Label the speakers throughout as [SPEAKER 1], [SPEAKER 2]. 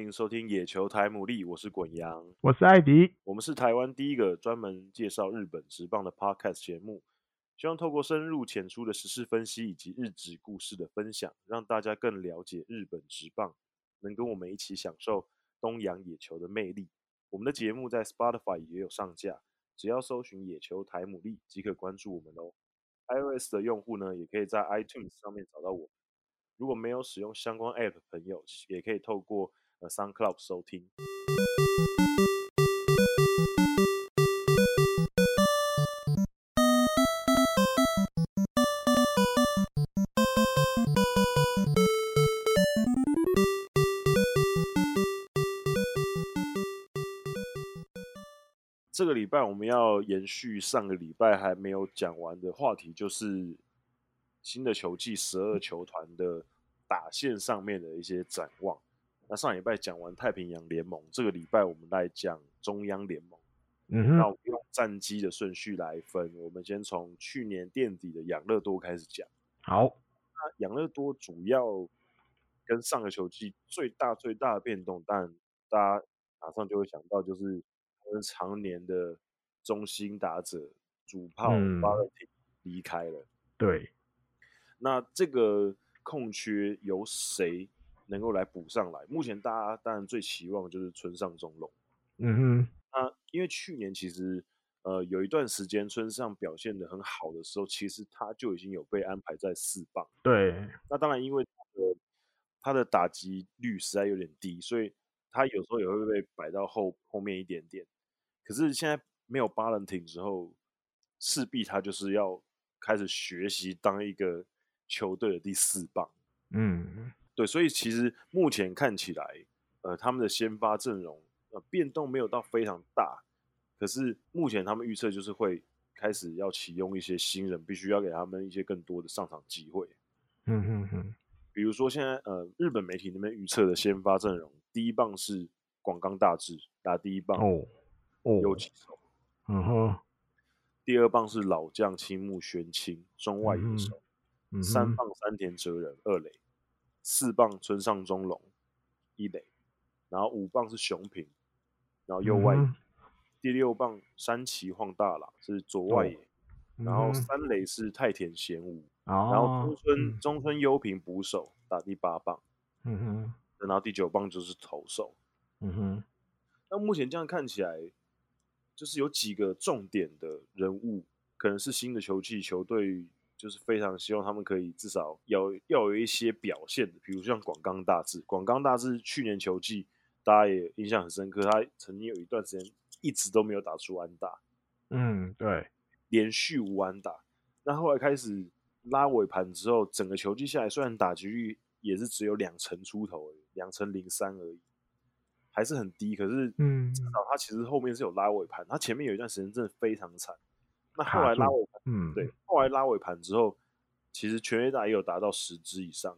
[SPEAKER 1] 迎收听《野球台牡蛎》，我是滚羊，
[SPEAKER 2] 我是艾迪。
[SPEAKER 1] 我们是台湾第一个专门介绍日本职棒的 podcast 节目，希望透过深入浅出的时事分析以及日职故事的分享，让大家更了解日本职棒，能跟我们一起享受东洋野球的魅力。我们的节目在 Spotify 也有上架，只要搜寻“野球台牡蛎”即可关注我们哦。iOS 的用户呢，也可以在 iTunes 上面找到我们。如果没有使用相关 App 的朋友，也可以透过呃 SoundCloud 收听。这个礼拜我们要延续上个礼拜还没有讲完的话题，就是新的球季十二球团的打线上面的一些展望。那上礼拜讲完太平洋联盟，这个礼拜我们来讲中央联盟。
[SPEAKER 2] 嗯
[SPEAKER 1] 那我
[SPEAKER 2] 哼，
[SPEAKER 1] 们用战绩的顺序来分，我们先从去年垫底的养乐多开始讲。
[SPEAKER 2] 好，
[SPEAKER 1] 那养乐多主要跟上个球季最大最大的变动，但大家马上就会想到就是他们常年的中心打者主炮
[SPEAKER 2] 嗯
[SPEAKER 1] 巴勒廷离开了。
[SPEAKER 2] 对，
[SPEAKER 1] 那这个空缺由谁能够来补上来？目前大家当然最期望就是村上中龙。
[SPEAKER 2] 嗯
[SPEAKER 1] 那因为去年其实呃有一段时间村上表现的很好的时候，其实他就已经有被安排在四棒。
[SPEAKER 2] 哼，对，
[SPEAKER 1] 那当然，因为他的他的打击率实在有点低，所以他有时候也会被摆到后后面一点点。可是现在没有巴伦廷之后，势必他就是要开始学习当一个球队的第四棒。
[SPEAKER 2] 嗯，
[SPEAKER 1] 对，所以其实目前看起来，呃，他们的先发阵容呃变动没有到非常大，可是目前他们预测就是会开始要启用一些新人，必须要给他们一些更多的上场机会。
[SPEAKER 2] 嗯哼哼，
[SPEAKER 1] 比如说现在呃，日本媒体那边预测的先发阵容，第一棒是广冈大志打第一棒，
[SPEAKER 2] 哦，
[SPEAKER 1] 有
[SPEAKER 2] 哦，
[SPEAKER 1] 几手；
[SPEAKER 2] 嗯哼，
[SPEAKER 1] 第二棒是老将青木宣清，中外野手；
[SPEAKER 2] 嗯
[SPEAKER 1] 三
[SPEAKER 2] 哼，
[SPEAKER 1] 棒山田哲人二垒，四棒村上中龙一垒，然后五棒是熊平，然后右外野；
[SPEAKER 2] 嗯哼
[SPEAKER 1] 第六棒山崎晃大郎是左外
[SPEAKER 2] 哦
[SPEAKER 1] 野，然后
[SPEAKER 2] 嗯哼
[SPEAKER 1] 三垒是太田贤吾，然后中
[SPEAKER 2] 哦，
[SPEAKER 1] 村中村优平捕手打第八棒，
[SPEAKER 2] 嗯哼，
[SPEAKER 1] 然后第九棒就是投手。
[SPEAKER 2] 嗯哼，
[SPEAKER 1] 那目前这样看起来，就是有几个重点的人物，可能是新的球季球队，就是非常希望他们可以至少要要有一些表现的，比如像广冈大志，广冈大志去年球季大家也印象很深刻，他曾经有一段时间一直都没有打出安打，
[SPEAKER 2] 嗯，对，
[SPEAKER 1] 连续无安打，那后来开始拉尾盘之后，整个球季下来，虽然打击率也是只有两成出头而已，两成零三而已，还是很低，可是
[SPEAKER 2] 嗯，
[SPEAKER 1] 至少他其实后面是有拉尾盘，他前面有一段时间真的非常惨。那后
[SPEAKER 2] 卡
[SPEAKER 1] 来拉
[SPEAKER 2] 住
[SPEAKER 1] 尾盘，
[SPEAKER 2] 嗯，
[SPEAKER 1] 对，，后来拉尾盘之后，其实全垒打也有达到十支以上，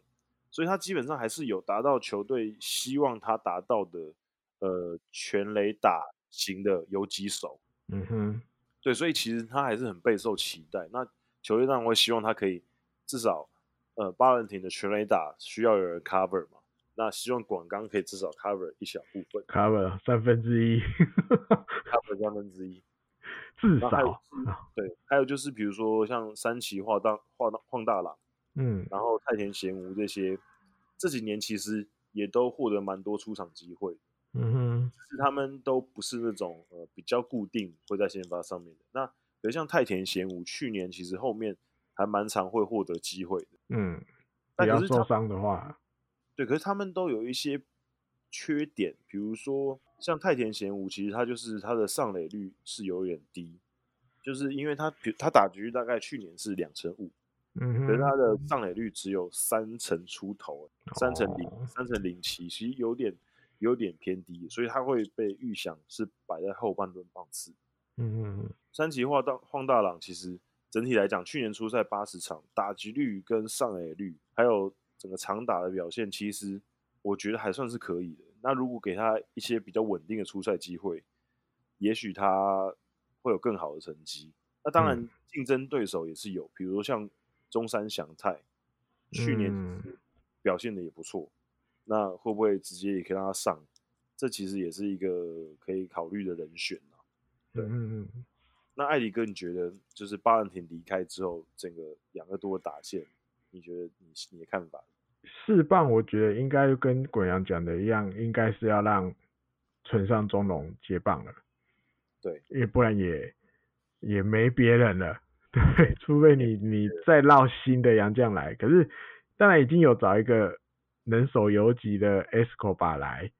[SPEAKER 1] 所以他基本上还是有达到球队希望他达到的呃全垒打型的游击手。
[SPEAKER 2] 嗯哼，
[SPEAKER 1] 对，所以其实他还是很备受期待。那球队当然会希望他可以至少呃巴伦廷的全垒打需要有人 cover 嘛，那希望广冈可以至少 cover 一小部分
[SPEAKER 2] ，cover 三分之一，
[SPEAKER 1] ，cover 三分之一。
[SPEAKER 2] 至
[SPEAKER 1] 然后还有
[SPEAKER 2] 少，
[SPEAKER 1] 就是对，还有就是比如说像三崎晃大晃大晃大郎，
[SPEAKER 2] 嗯，
[SPEAKER 1] 然后太田贤吾这些，这几年其实也都获得蛮多出场机会，
[SPEAKER 2] 嗯哼，
[SPEAKER 1] 只是他们都不是那种呃比较固定会在先发上面的。那比如像太田贤吾，去年其实后面还蛮常会获得机会的，
[SPEAKER 2] 嗯，不
[SPEAKER 1] 但
[SPEAKER 2] 要
[SPEAKER 1] 可是
[SPEAKER 2] 受
[SPEAKER 1] 他
[SPEAKER 2] 伤的话，
[SPEAKER 1] 对，可是他们都有一些缺点，比如说像太田贤吾，其实他就是他的上垒率是有点低，就是因为他比他打局大概去年是两成五，
[SPEAKER 2] 嗯
[SPEAKER 1] 可是他
[SPEAKER 2] 哼，
[SPEAKER 1] 的上垒率只有三成出头，三成零
[SPEAKER 2] 哦
[SPEAKER 1] 三成零七，其实有点有点偏低，所以他会被预想是摆在后半段棒次。
[SPEAKER 2] 嗯哼，
[SPEAKER 1] 山崎晃大晃大朗其实整体来讲，去年出赛八十场，打击率跟上垒率，还有整个长打的表现，其实我觉得还算是可以的。那如果给他一些比较稳定的出赛机会，也许他会有更好的成绩。那当然，竞争对手也是有，比如说像中山祥太，去年
[SPEAKER 2] 嗯
[SPEAKER 1] 其实表现的也不错，那会不会直接也可以让他上？这其实也是一个可以考虑的人选啊。对
[SPEAKER 2] 嗯嗯嗯
[SPEAKER 1] 那艾里哥，你觉得就是巴兰廷离开之后，整个养乐多的打线，你觉得你你的看法？
[SPEAKER 2] 四棒我觉得应该跟鬼阳讲的一样，应该是要让村上中龙接棒了。
[SPEAKER 1] 对，
[SPEAKER 2] 因为不然也也没别人了。 对，除非你你再绕新的洋将来，可是当然已经有找一个能手游级的 Escobar 来，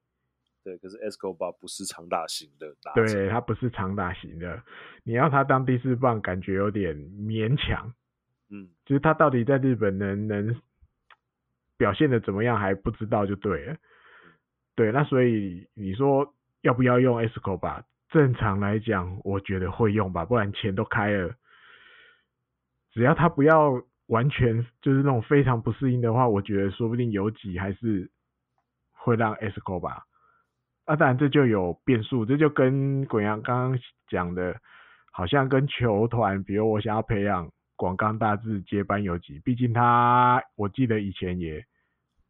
[SPEAKER 1] 对，可是 Escobar 不是长打型的打者，
[SPEAKER 2] 对他不是长打型的，你要他当第四棒，感觉有点勉强。
[SPEAKER 1] 嗯，
[SPEAKER 2] 就是他到底在日本能能表现的怎么样还不知道就对了。对，那所以你说要不要用 Escobar？正常来讲，我觉得会用吧，不然钱都开了，只要他不要完全就是那种非常不适应的话，我觉得说不定有几还是会让 Escobar。啊，当然这就有变数，这就跟滚阳刚刚讲的，好像跟球团，比如我想要培养广冈大志接班有几，毕竟他我记得以前也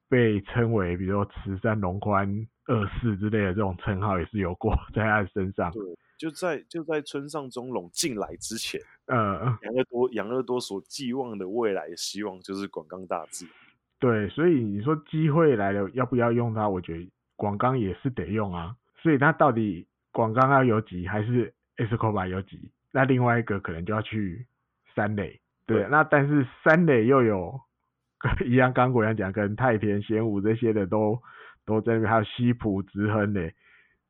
[SPEAKER 2] 被称为，比如说慈山龙宽二世之类的这种称号也是有过 在他的身上。
[SPEAKER 1] 对，就在就在村上中隆进来之前，
[SPEAKER 2] 呃，
[SPEAKER 1] 养乐多养乐多所寄望的未来的希望就是广冈大志，
[SPEAKER 2] 对，所以你说机会来了，要不要用它？我觉得广冈也是得用啊。所以他到底广冈要有几，还是 Escobar 有几？那另外一个可能就要去三垒。对，
[SPEAKER 1] 对
[SPEAKER 2] 那但是三垒又有一样，刚果一样讲，跟太田贤武这些的都都在那边，还有西浦直亨嘞。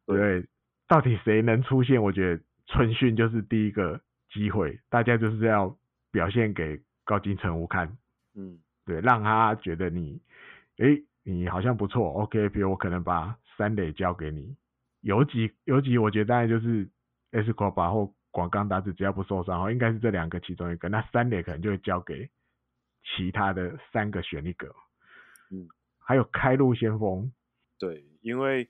[SPEAKER 2] 对，到底谁能出现？我觉得春训就是第一个机会，大家就是要表现给高金城武看。
[SPEAKER 1] 嗯，
[SPEAKER 2] 对，让他觉得你，诶，你好像不错，OK，比如我可能把三垒交给你，有几有几，我觉得当然就是 S c o b a 或广冈达子，只要不受伤，应该是这两个其中一个，那三垒可能就会交给其他的三个选一个，
[SPEAKER 1] 嗯，
[SPEAKER 2] 还有开路先锋，
[SPEAKER 1] 对，因为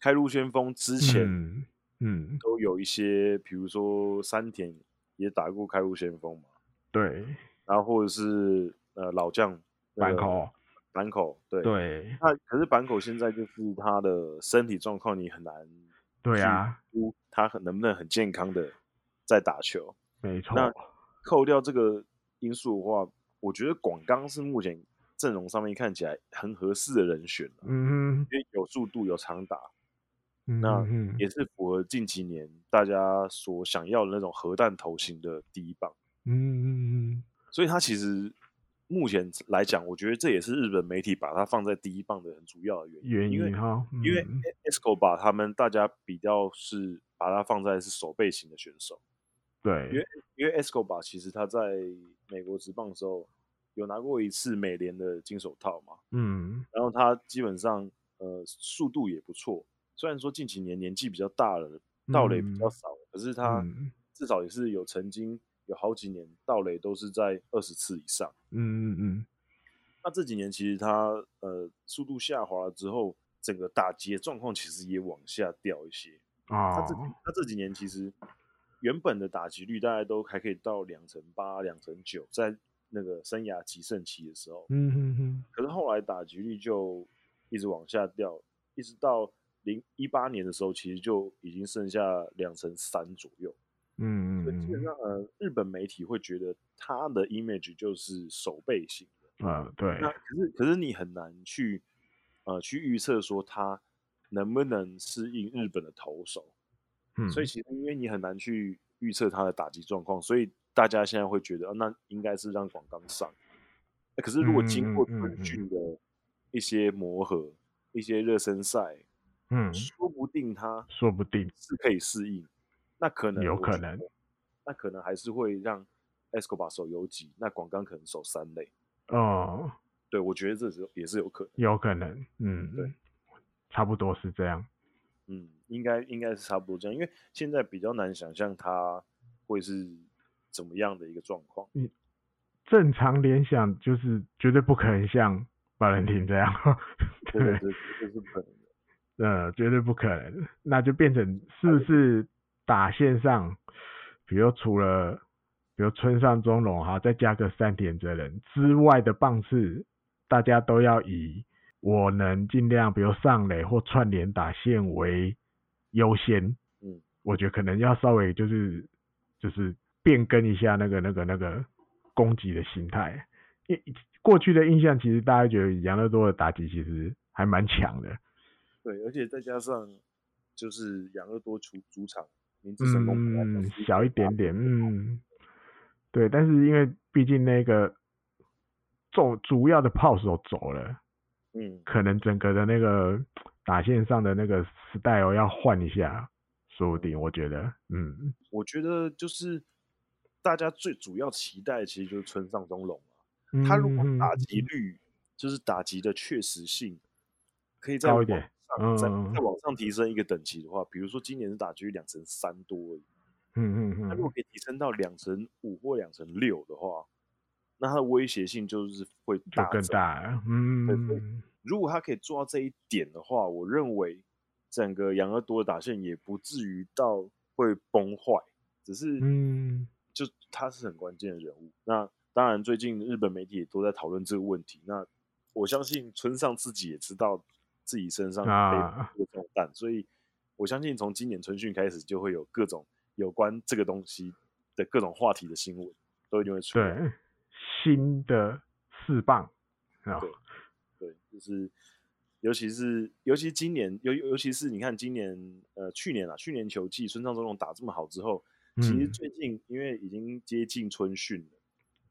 [SPEAKER 1] 开路先锋之前
[SPEAKER 2] 嗯嗯，
[SPEAKER 1] 都有一些，比如说山田也打过开路先锋嘛，
[SPEAKER 2] 对，
[SPEAKER 1] 然后或者是呃老将
[SPEAKER 2] 板，口，
[SPEAKER 1] 那个坂口，对。
[SPEAKER 2] 对
[SPEAKER 1] 那可是坂口现在就是他的身体状况，你很难
[SPEAKER 2] 对啊，
[SPEAKER 1] 估他很能不能很健康的在打球。
[SPEAKER 2] 没错，
[SPEAKER 1] 那扣掉这个因素的话，我觉得广冈是目前阵容上面看起来很合适的人选了
[SPEAKER 2] 嗯
[SPEAKER 1] 因为有速度、有长打，
[SPEAKER 2] 嗯，
[SPEAKER 1] 那
[SPEAKER 2] 嗯
[SPEAKER 1] 也是符合近几年大家所想要的那种核弹头型的第一棒。
[SPEAKER 2] 嗯嗯
[SPEAKER 1] 所以他其实目前来讲，我觉得这也是日本媒体把它放在第一棒的很主要的原因，
[SPEAKER 2] 原
[SPEAKER 1] 因为
[SPEAKER 2] 因哈，
[SPEAKER 1] 因为
[SPEAKER 2] 嗯
[SPEAKER 1] Escobar 他们大家比较是把它放在是守备型的选手，
[SPEAKER 2] 对，
[SPEAKER 1] 因为 Escobar 其实他在美国职棒的时候有拿过一次美联的金手套嘛，
[SPEAKER 2] 嗯
[SPEAKER 1] 然后他基本上呃速度也不错，虽然说近几年年纪比较大了，盗垒比较
[SPEAKER 2] 嗯
[SPEAKER 1] 少了，可是他
[SPEAKER 2] 嗯
[SPEAKER 1] 至少也是有曾经有好几年盗垒都是在二十次以上。
[SPEAKER 2] 嗯嗯嗯。
[SPEAKER 1] 那这几年其实他呃速度下滑了之后，整个打击的状况其实也往下掉一些。他
[SPEAKER 2] 哦
[SPEAKER 1] 这，他这几年其实原本的打击率大概都还可以到两成八、两成九，在那个生涯极盛期的时候，
[SPEAKER 2] 嗯哼哼，
[SPEAKER 1] 可是后来打击率就一直往下掉，一直到零一八年的时候，其实就已经剩下两成三左右。
[SPEAKER 2] 嗯
[SPEAKER 1] 所以基本
[SPEAKER 2] 嗯
[SPEAKER 1] 上，呃，日本媒体会觉得他的 image 就是守备型的。
[SPEAKER 2] 嗯，啊，对，
[SPEAKER 1] 那可是可是你很难去呃去预测说他能不能适应日本的投手，
[SPEAKER 2] 嗯，
[SPEAKER 1] 所以其实因为你很难去预测他的打击状况，所以大家现在会觉得，啊、那应该是让广冈上、呃可是如果经过
[SPEAKER 2] 嗯嗯嗯嗯
[SPEAKER 1] 春训的一些磨合、一些热身赛，
[SPEAKER 2] 嗯，
[SPEAKER 1] 说不定他
[SPEAKER 2] 说不定，
[SPEAKER 1] 是可以适应，那可能
[SPEAKER 2] 有
[SPEAKER 1] 我觉得
[SPEAKER 2] 可能，
[SPEAKER 1] 那可能还是会让 Escobar 守游击，那广冈可能守三垒。
[SPEAKER 2] 哦，
[SPEAKER 1] 对，我觉得这是也是有可能。
[SPEAKER 2] 有可能，嗯，
[SPEAKER 1] 对，
[SPEAKER 2] 差不多是这样，
[SPEAKER 1] 嗯，应该应该是差不多这样，因为现在比较难想象他会是怎么样的一个状况。
[SPEAKER 2] 正常联想就是绝对不可能像巴
[SPEAKER 1] 嗯
[SPEAKER 2] 伦廷这样，
[SPEAKER 1] 这个
[SPEAKER 2] 对
[SPEAKER 1] 这，个这个是不可能的。
[SPEAKER 2] 呃，绝对不可能，那就变成是不是打线上，比如除了比如村上中龙哈，再加个山田哲人之外的棒次，大家都要以我能尽量比如上垒或串联打线为优先，
[SPEAKER 1] 嗯，
[SPEAKER 2] 我觉得可能要稍微就是就是变更一下那个那个那个攻击的心态。因过去的印象其实大家觉得养乐多的打击其实还蛮强的，
[SPEAKER 1] 对，而且再加上就是养乐多主主场明治神宫本来就
[SPEAKER 2] 嗯
[SPEAKER 1] 是，
[SPEAKER 2] 小一点点，嗯，对，但是因为毕竟那个主主要的炮手走了。
[SPEAKER 1] 嗯，
[SPEAKER 2] 可能整个的那个打线上的那个 style 要换一下，说不定我觉得，嗯，
[SPEAKER 1] 我觉得就是大家最主要期待的其实就是村上中龙啊，他如果打
[SPEAKER 2] 嗯
[SPEAKER 1] 击率就是打击的确实性可以再
[SPEAKER 2] 高
[SPEAKER 1] 往
[SPEAKER 2] 一点
[SPEAKER 1] 上再
[SPEAKER 2] 嗯嗯嗯
[SPEAKER 1] 再往上提升一个等级的话，比如说今年的打击率两成三多而已，
[SPEAKER 2] 嗯嗯
[SPEAKER 1] 他如果
[SPEAKER 2] 嗯，
[SPEAKER 1] 可以提升到两成五或两成六的话，那它的威胁性就是会
[SPEAKER 2] 就
[SPEAKER 1] 大
[SPEAKER 2] 更
[SPEAKER 1] 增。
[SPEAKER 2] 大了，嗯，
[SPEAKER 1] 如果他可以做到这一点的话，我认为整个养乐多的打线也不至于到会崩坏，只是
[SPEAKER 2] 嗯，
[SPEAKER 1] 就他是很关键的人物。那当然，最近日本媒体也都在讨论这个问题。那我相信村上自己也知道自己身上
[SPEAKER 2] 啊
[SPEAKER 1] 背负重担，所以我相信从今年春训开始就会有各种有关这个东西的各种话题的新闻都一定会出来。
[SPEAKER 2] 对，新的四棒，啊，
[SPEAKER 1] 对对，就是尤其是尤其今年，尤尤其是你看今年呃去年啊，去年球季村上中龙打这么好之后，其实
[SPEAKER 2] 嗯
[SPEAKER 1] 最近因为已经接近春训了，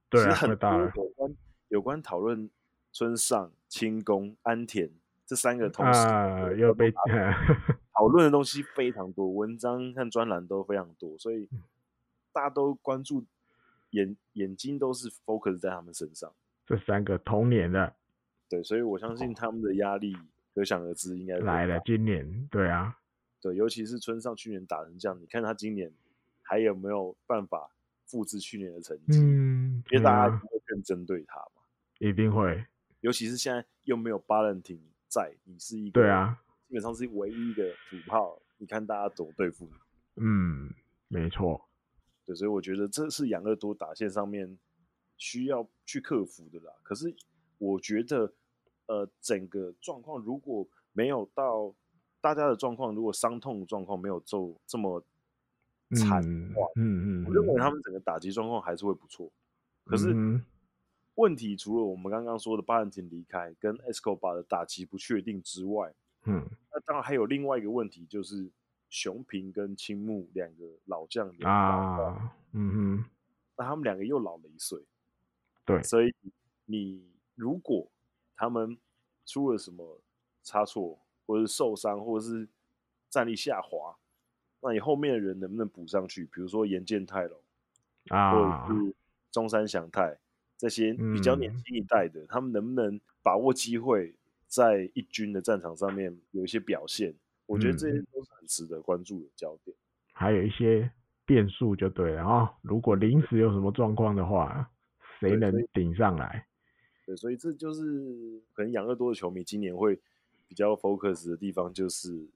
[SPEAKER 2] 对
[SPEAKER 1] 其实
[SPEAKER 2] 啊，
[SPEAKER 1] 很多
[SPEAKER 2] 快到了，
[SPEAKER 1] 有关有关讨论村上、清宫、安田这三个同时
[SPEAKER 2] 啊，又被，
[SPEAKER 1] 讨论的东西非常多，文章和专栏都非常多，所
[SPEAKER 2] 嗯
[SPEAKER 1] 以大家都关注眼眼睛都是 focus 在他们身上。
[SPEAKER 2] 这三个同年的
[SPEAKER 1] 对，所以我相信他们的压力可想而知，应该是很
[SPEAKER 2] 来了，
[SPEAKER 1] 大。
[SPEAKER 2] 今年，对啊，
[SPEAKER 1] 对，尤其是村上去年打成这样，你看他今年还有没有办法复制去年的成绩？
[SPEAKER 2] 嗯，
[SPEAKER 1] 因为大家
[SPEAKER 2] 对啊
[SPEAKER 1] 不会更针对他嘛，
[SPEAKER 2] 一定会，
[SPEAKER 1] 尤其是现在又没有巴伦廷在，你是一个
[SPEAKER 2] 对，啊，
[SPEAKER 1] 基本上是唯一一个主炮，你看大家怎么对付你？
[SPEAKER 2] 嗯，没错，
[SPEAKER 1] 对，所以我觉得这是养乐多打线上面需要去克服的啦。可是我觉得，呃，整个状况如果没有到大家的状况，如果伤痛状况没有做这么惨的
[SPEAKER 2] 嗯
[SPEAKER 1] 话，
[SPEAKER 2] 嗯嗯，
[SPEAKER 1] 我认为
[SPEAKER 2] 嗯
[SPEAKER 1] 他们整个打击状况还是会不错。可是
[SPEAKER 2] 嗯哼
[SPEAKER 1] 问题除了我们刚刚说的巴伦廷离开跟 Escobar 的打击不确定之外，
[SPEAKER 2] 嗯
[SPEAKER 1] 那当然还有另外一个问题就是熊平跟青木两个老将也老化
[SPEAKER 2] 啊，嗯哼，
[SPEAKER 1] 那他们两个又老了一岁，
[SPEAKER 2] 对，
[SPEAKER 1] 所以你如果他们出了什么差错，或者是受伤，或者是战力下滑，那你后面的人能不能补上去？比如说岩见太郎，
[SPEAKER 2] 啊
[SPEAKER 1] 或者，是中山祥太这些比较年
[SPEAKER 2] 嗯
[SPEAKER 1] 轻一代的，他们能不能把握机会在一军的战场上面有一些表现？我
[SPEAKER 2] 嗯
[SPEAKER 1] 觉得这些都是很值得关注的焦点。
[SPEAKER 2] 还有一些变数就对了哦。如果临时有什么状况的话，谁
[SPEAKER 1] 对
[SPEAKER 2] 能
[SPEAKER 1] 所以
[SPEAKER 2] 顶上来？
[SPEAKER 1] 对，所以这就是可能养乐多的球迷今年会比较 focus 的地方，就是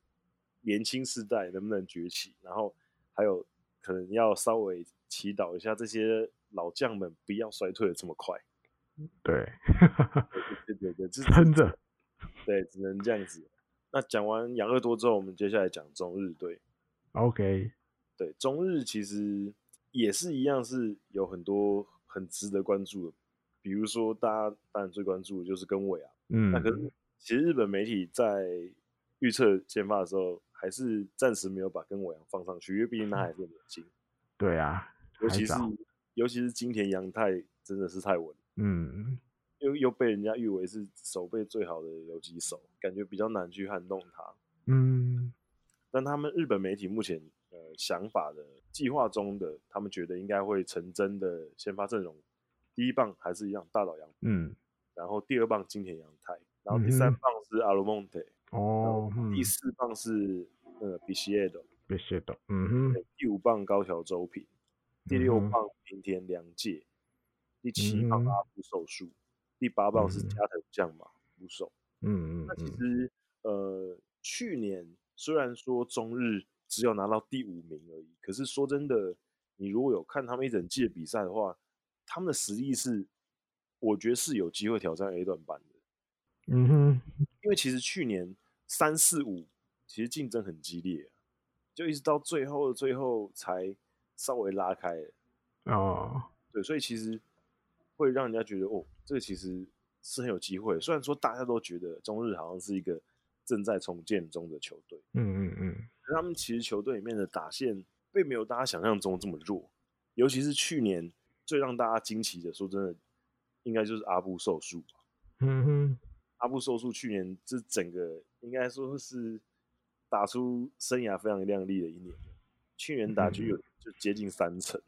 [SPEAKER 1] 年轻世代能不能崛起，然后还有可能要稍微祈祷一下这些老将们不要衰退的这么快。
[SPEAKER 2] 对，
[SPEAKER 1] 对对对，这
[SPEAKER 2] 撑着，
[SPEAKER 1] 对，只能这样子。那讲完养乐多之后，我们接下来讲中日队。
[SPEAKER 2] ，OK，
[SPEAKER 1] 对，中日其实也是一样，是有很多很值得关注的。比如说，大家当然最关注的就是跟尾啊，
[SPEAKER 2] 嗯
[SPEAKER 1] 那，可是其实日本媒体在预测先发的时候，还是暂时没有把跟伟阳放上去，因为毕竟他还是很年轻，
[SPEAKER 2] 对啊，
[SPEAKER 1] 尤
[SPEAKER 2] 还
[SPEAKER 1] 其是
[SPEAKER 2] 早
[SPEAKER 1] 尤其是金田洋太真的是太稳了，
[SPEAKER 2] 嗯，
[SPEAKER 1] 又又被人家誉为是守备最好的游击手，感觉比较难去撼动他。
[SPEAKER 2] 嗯，
[SPEAKER 1] 但他们日本媒体目前呃想法的计划中的，他们觉得应该会成真的先发阵容，第一棒还是一样大岛洋，
[SPEAKER 2] 嗯，
[SPEAKER 1] 然后第二棒金田洋太，然后第三
[SPEAKER 2] 嗯哼
[SPEAKER 1] 棒是阿鲁蒙特。
[SPEAKER 2] 哦，嗯
[SPEAKER 1] 第，四棒是呃比西耶的，
[SPEAKER 2] 被写到，嗯哼，
[SPEAKER 1] 第五棒高桥周平，第六
[SPEAKER 2] 嗯哼
[SPEAKER 1] 棒平田良介，第七棒
[SPEAKER 2] 嗯哼
[SPEAKER 1] 阿部寿树，第八棒是
[SPEAKER 2] 嗯
[SPEAKER 1] 加藤将马捕手。
[SPEAKER 2] 嗯嗯
[SPEAKER 1] 那其
[SPEAKER 2] 嗯，
[SPEAKER 1] 实呃去年虽然说中日只有拿到第五名而已，可是说真的，你如果有看他们一整季的比赛的话，他们的实力是我觉得是有机会挑战 A 段班的。
[SPEAKER 2] 嗯哼，
[SPEAKER 1] 因为其实去年三四五其实竞争很激烈、啊就一直到最后的最后才稍微拉开。
[SPEAKER 2] 哦，
[SPEAKER 1] 对，所以其实会让人家觉得哦，这个其实是很有机会。虽然说大家都觉得中日好像是一个正在重建中的球队，
[SPEAKER 2] 嗯嗯嗯，
[SPEAKER 1] 可是他们其实球队里面的打线并没有大家想象中这么弱，尤其是去年最让大家惊奇的，说真的，应该就是阿布受术吧。
[SPEAKER 2] 嗯哼，
[SPEAKER 1] 阿布寿树去年这整个应该说是打出生涯非常亮丽的一年，去年打局有就接近三成，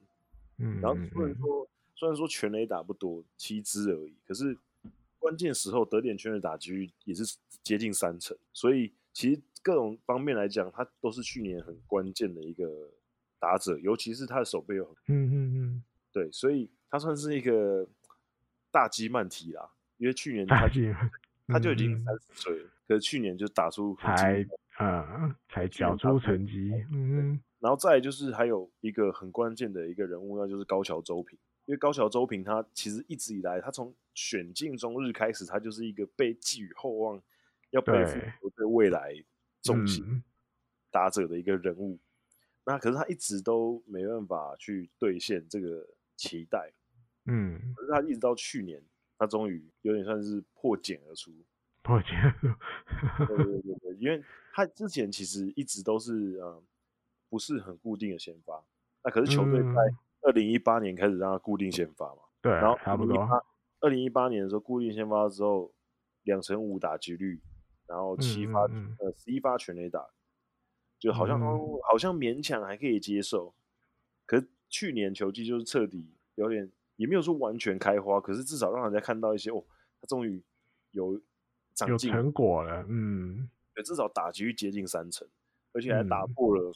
[SPEAKER 2] 嗯，
[SPEAKER 1] 然后
[SPEAKER 2] 嗯
[SPEAKER 1] 虽然说虽然说全垒打不多，七支而已，可是关键时候得点圈的打击率也是接近三成，所以其实各种方面来讲，他都是去年很关键的一个打者，尤其是他的手背有很
[SPEAKER 2] 嗯嗯
[SPEAKER 1] 对，所以他算是一个大鸡慢提啦，因为去年
[SPEAKER 2] 嗯，
[SPEAKER 1] 他
[SPEAKER 2] 大
[SPEAKER 1] 就
[SPEAKER 2] 姐，
[SPEAKER 1] 他就已
[SPEAKER 2] 嗯
[SPEAKER 1] 经
[SPEAKER 2] 嗯
[SPEAKER 1] 三十岁了，可是去年就打出很精
[SPEAKER 2] 才
[SPEAKER 1] 彩
[SPEAKER 2] 呃才
[SPEAKER 1] 去年
[SPEAKER 2] 缴
[SPEAKER 1] 打
[SPEAKER 2] 出
[SPEAKER 1] 出
[SPEAKER 2] 成绩，嗯
[SPEAKER 1] 然后再来就是还有一个很关键的一个人物，那就是高桥周平。因为高桥周平他其实一直以来，他从选进中日开始，他就是一个被寄予厚望，要背负
[SPEAKER 2] 对
[SPEAKER 1] 球队未来重心
[SPEAKER 2] 嗯
[SPEAKER 1] 打者的一个人物。那可是他一直都没办法去兑现这个期待，
[SPEAKER 2] 哼嗯，
[SPEAKER 1] 可是他一直到去年，他终于有点算是破茧而出，
[SPEAKER 2] 抱歉，
[SPEAKER 1] 对对对对，因为他之前其实一直都是呃不是很固定的先发，那可是球队在
[SPEAKER 2] 嗯
[SPEAKER 1] 二零一八年开始让他固定先发嘛，
[SPEAKER 2] 对，
[SPEAKER 1] 然后
[SPEAKER 2] 差不多，
[SPEAKER 1] 二零一八年的时候固定先发之后，两成五打击率，然后七
[SPEAKER 2] 嗯
[SPEAKER 1] 发、
[SPEAKER 2] 嗯
[SPEAKER 1] 呃十一发全垒打，就好像、哦好像勉强还可以接受，可是去年球季就是彻底有点也没有说完全开花，可是至少让人家看到一些哦，他终于有长
[SPEAKER 2] 有
[SPEAKER 1] 进了。
[SPEAKER 2] 成果了，嗯
[SPEAKER 1] 对，至少打击率接近三成，而且还打
[SPEAKER 2] 嗯
[SPEAKER 1] 破了、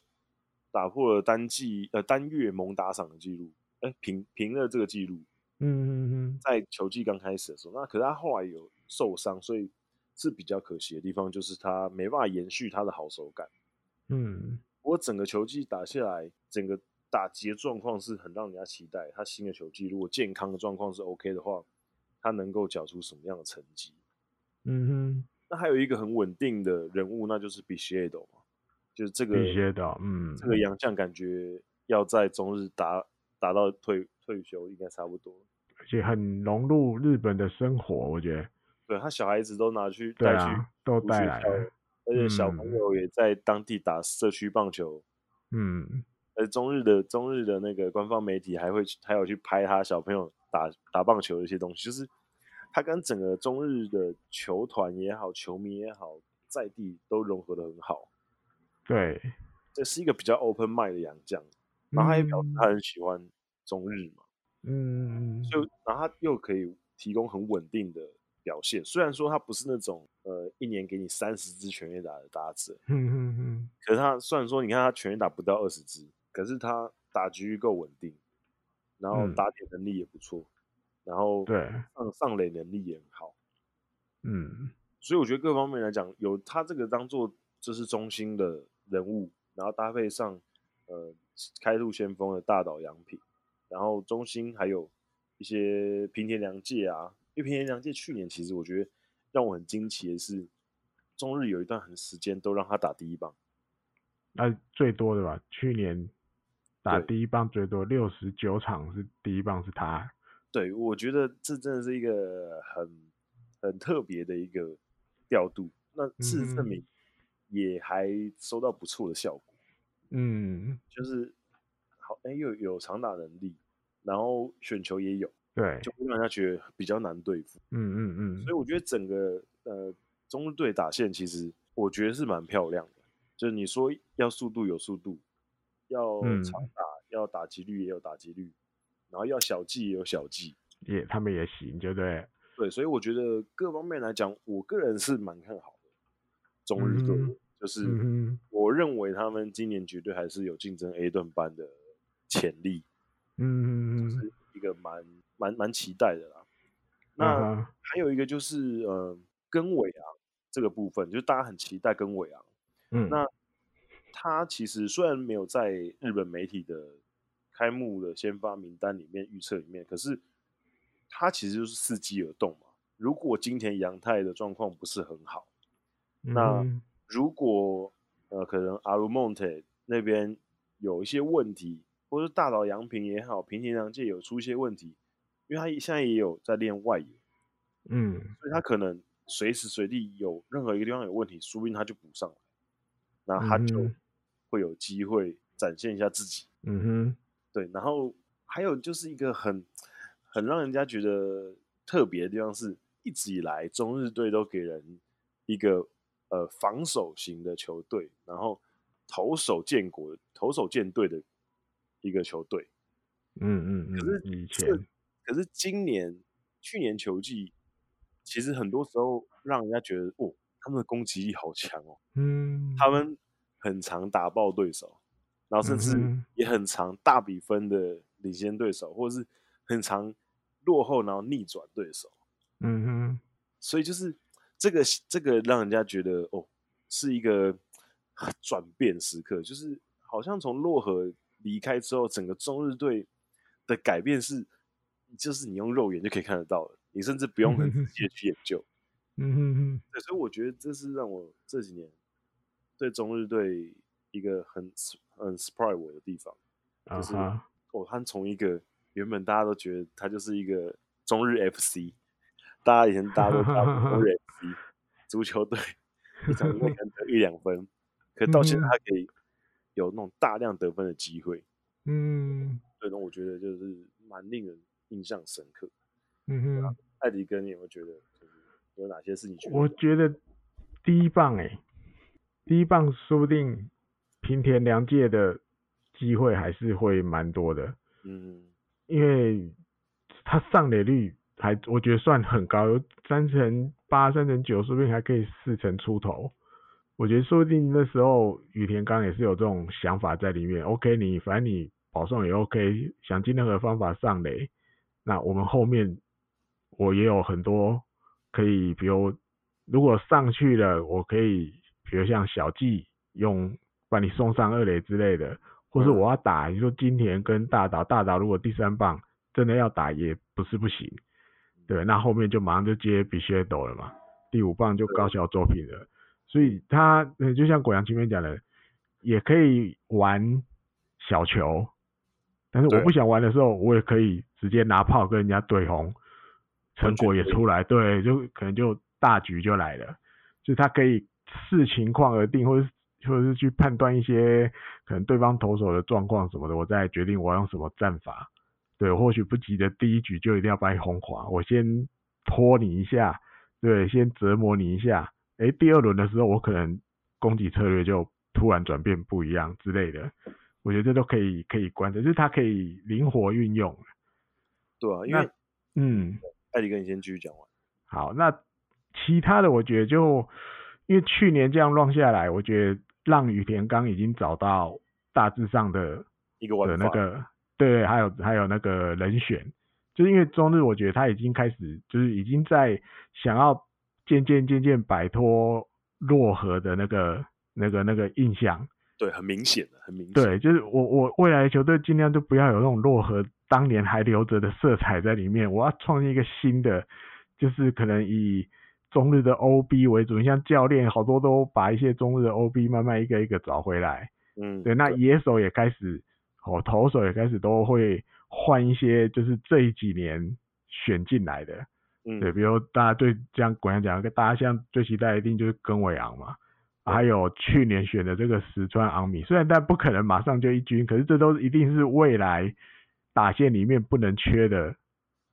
[SPEAKER 1] 打破了单季呃单月猛打赏的记录，哎平平了这个记录，
[SPEAKER 2] 嗯嗯
[SPEAKER 1] 在球季刚开始的时候，那可是他后来有受伤，所以是比较可惜的地方，就是他没办法延续他的好手感。
[SPEAKER 2] 嗯嗯，
[SPEAKER 1] 不过整个球季打下来，整个打击的状况是很让人家期待。他新的球季如果健康的状况是 OK 的话，他能够缴出什么样的成绩？
[SPEAKER 2] 嗯哼，
[SPEAKER 1] 那还有一个很稳定的人物，那就是 b i s h e d o 嘛，就是这个
[SPEAKER 2] 必须的，嗯，
[SPEAKER 1] 这个洋将感觉要在中日达达到退退休应该差不多。
[SPEAKER 2] 而且很融入日本的生活，我觉得，
[SPEAKER 1] 对他小孩子都拿去
[SPEAKER 2] 对
[SPEAKER 1] 带去
[SPEAKER 2] 啊，都
[SPEAKER 1] 读
[SPEAKER 2] 带
[SPEAKER 1] 学
[SPEAKER 2] 来
[SPEAKER 1] 校
[SPEAKER 2] 了，
[SPEAKER 1] 而且小朋
[SPEAKER 2] 嗯
[SPEAKER 1] 友也在当地打社区棒球。
[SPEAKER 2] 嗯，
[SPEAKER 1] 呃，中日的中日的那个官方媒体还会去还有去拍他小朋友打打棒球的一些东西，就是他跟整个中日的球团也好、球迷也好，在地都融合的很好。
[SPEAKER 2] 对，
[SPEAKER 1] 这是一个比较 open mind 的洋将，然后他也表示
[SPEAKER 2] 嗯
[SPEAKER 1] 他很喜欢中日嘛，
[SPEAKER 2] 嗯，
[SPEAKER 1] 就然后他又可以提供很稳定的表现。虽然说他不是那种呃一年给你三十支全垒打的打者，
[SPEAKER 2] 嗯嗯嗯，
[SPEAKER 1] 可是他虽然说你看他全垒打不到二十支，可是他打局够稳定，然后
[SPEAKER 2] 嗯
[SPEAKER 1] 打点能力也不错，然后
[SPEAKER 2] 对，
[SPEAKER 1] 上上垒能力也很好，
[SPEAKER 2] 嗯
[SPEAKER 1] 所以我觉得各方面来讲，有他这个当做这是中心的人物，然后搭配上呃开路先锋的大岛洋平，然后中心还有一些平田良介啊，因为平田良介去年其实我觉得让我很惊奇的是，中日有一段很时间都让他打第一棒。
[SPEAKER 2] 那最多的吧，去年打
[SPEAKER 1] 对
[SPEAKER 2] 第一棒最多六十九场是第一棒是他，
[SPEAKER 1] 对，我觉得这真的是一个很很特别的一个调度。那事实证
[SPEAKER 2] 嗯
[SPEAKER 1] 明，也还收到不错的效果，
[SPEAKER 2] 嗯，
[SPEAKER 1] 就是好哎又有长打能力，然后选球也有，
[SPEAKER 2] 对，
[SPEAKER 1] 就会让人家觉得比较难对付。
[SPEAKER 2] 嗯嗯
[SPEAKER 1] 所以我觉得整个呃中日队打线其实我觉得是蛮漂亮的，就是你说要速度有速度，要
[SPEAKER 2] 嗯
[SPEAKER 1] 长打、要打击率也有打击率，然后要小技也有小技。
[SPEAKER 2] 嗯，也他们也行，就对了，
[SPEAKER 1] 对，所以我觉得各方面来讲，我个人是蛮看好的中日队，
[SPEAKER 2] 嗯哼
[SPEAKER 1] 就是
[SPEAKER 2] 嗯
[SPEAKER 1] 我认为他们今年绝对还是有竞争 A 段班的潜力，
[SPEAKER 2] 哼，嗯嗯嗯，
[SPEAKER 1] 是一个蛮蛮蛮期待的啦。
[SPEAKER 2] 啊
[SPEAKER 1] 那
[SPEAKER 2] 哈
[SPEAKER 1] 还有一个就是呃，根尾啊这个部分，就是大家很期待根尾啊，
[SPEAKER 2] 嗯，
[SPEAKER 1] 那他其实虽然没有在日本媒体的开幕的先发名单里面预测里面，可是他其实就是伺机而动嘛。如果今田洋太的状况不是很好，那
[SPEAKER 2] 嗯
[SPEAKER 1] 如果呃可能阿鲁蒙特那边有一些问题，或是大岛洋平也好，平田洋介有出一些问题，因为他现在也有在练外野，
[SPEAKER 2] 嗯，
[SPEAKER 1] 所以他可能随时随地有任何一个地方有问题，说不定他就补上来，那他就
[SPEAKER 2] 嗯哼
[SPEAKER 1] 会有机会展现一下自己。
[SPEAKER 2] 嗯哼，
[SPEAKER 1] 对，然后还有就是一个很很让人家觉得特别的地方是，一直以来中日队都给人一个呃防守型的球队，然后投手建国、投手建队的一个球队。
[SPEAKER 2] 嗯嗯
[SPEAKER 1] 可是
[SPEAKER 2] 嗯，以
[SPEAKER 1] 这
[SPEAKER 2] 前，
[SPEAKER 1] 可是今年去年球季，其实很多时候让人家觉得哦，他们的攻击力好强哦，
[SPEAKER 2] 嗯，
[SPEAKER 1] 他们很常打爆对手，然后甚至
[SPEAKER 2] 嗯哼
[SPEAKER 1] 也很常大比分的领先对手，或者是很常落后然后逆转对手，
[SPEAKER 2] 嗯哼，
[SPEAKER 1] 所以就是这个这个让人家觉得哦是一个呃转变时刻，就是好像从洛河离开之后，整个中日队的改变是，就是你用肉眼就可以看得到的，你甚至不用很仔细的去研究。
[SPEAKER 2] 嗯哼哼，
[SPEAKER 1] 对，所以我觉得这是让我这几年对中日队一个很 s- 很 surprise 我的地方。
[SPEAKER 2] 啊
[SPEAKER 1] 就是
[SPEAKER 2] 哈，
[SPEAKER 1] 哦，他从一个原本大家都觉得他就是一个中日 FC，大家以前大家都叫他中日 FC 足球队，一场里面可能得一两 分，可到现在
[SPEAKER 2] 嗯哼
[SPEAKER 1] 他可以有那种大量得分的机会，
[SPEAKER 2] 嗯
[SPEAKER 1] 所以呢，我觉得就是蛮令人印象深刻。
[SPEAKER 2] 嗯哼。
[SPEAKER 1] 艾迪哥，你有没有觉得就是有哪些事情觉得
[SPEAKER 2] 我觉得第一棒哎、第一棒说不定平田良介的机会还是会蛮多的，
[SPEAKER 1] 嗯
[SPEAKER 2] 因为他上垒率还我觉得算很高，有三成八、三成九，说不定还可以四成出头。我觉得说不定那时候羽田刚也是有这种想法在里面。OK，你反正你保送也 OK，想尽任何方法上垒。那我们后面我也有很多可以，比如如果上去了，我可以比如像小季用把你送上二垒之类的，或是
[SPEAKER 1] 嗯
[SPEAKER 2] 我要打，你说金田跟大岛，大岛如果第三棒真的要打也不是不行，对，那后面就马上就接比切斗了嘛，第五棒就高桥周平了，所以他呃就像果阳前面讲的，也可以玩小球，但是我
[SPEAKER 1] 对
[SPEAKER 2] 不想玩的时候，我也可以直接拿炮跟人家对轰，成果也出来，对，就可能就大局就来了，就是他可以视情况而定，或者是或者是去判断一些可能对方投手的状况什么的，我再决定我要用什么战法。对，或许不急着第一局就一定要把你轰垮，我先拖你一下，对，先折磨你一下。诶，第二轮的时候，我可能攻击策略就突然转变不一样之类的。我觉得这都可以可以观察，就是它可以灵活运用。
[SPEAKER 1] 对啊？因
[SPEAKER 2] 那
[SPEAKER 1] 为
[SPEAKER 2] 嗯，
[SPEAKER 1] 艾迪哥，你先继续讲完。
[SPEAKER 2] 好，那其他的我觉得就因为去年这样乱下来，我觉得让羽田刚已经找到大致上的
[SPEAKER 1] 一个玩
[SPEAKER 2] 的
[SPEAKER 1] 法，
[SPEAKER 2] 那个，对，还有还有那个人选，就是因为中日，我觉得他已经开始，就是已经在想要渐渐渐渐摆脱落河的那个那个那个印象。
[SPEAKER 1] 对，很明显的，很明显。
[SPEAKER 2] 对，就是我我未来的球队尽量就不要有那种落河当年还留着的色彩在里面，我要创建一个新的，就是可能以中日的 OB 为主，你像教练好多都把一些中日的 OB 慢慢一个一个找回来。
[SPEAKER 1] 嗯，
[SPEAKER 2] 对，那野手也开始，哦，投手也开始都会换一些，就是这几年选进来的，
[SPEAKER 1] 嗯
[SPEAKER 2] 对，比如大家最像果然讲，大家像最期待的一定就是根尾昂嘛，
[SPEAKER 1] 对
[SPEAKER 2] 还有去年选的这个石川昂米，虽然但不可能马上就一军，可是这都一定是未来打线里面不能缺的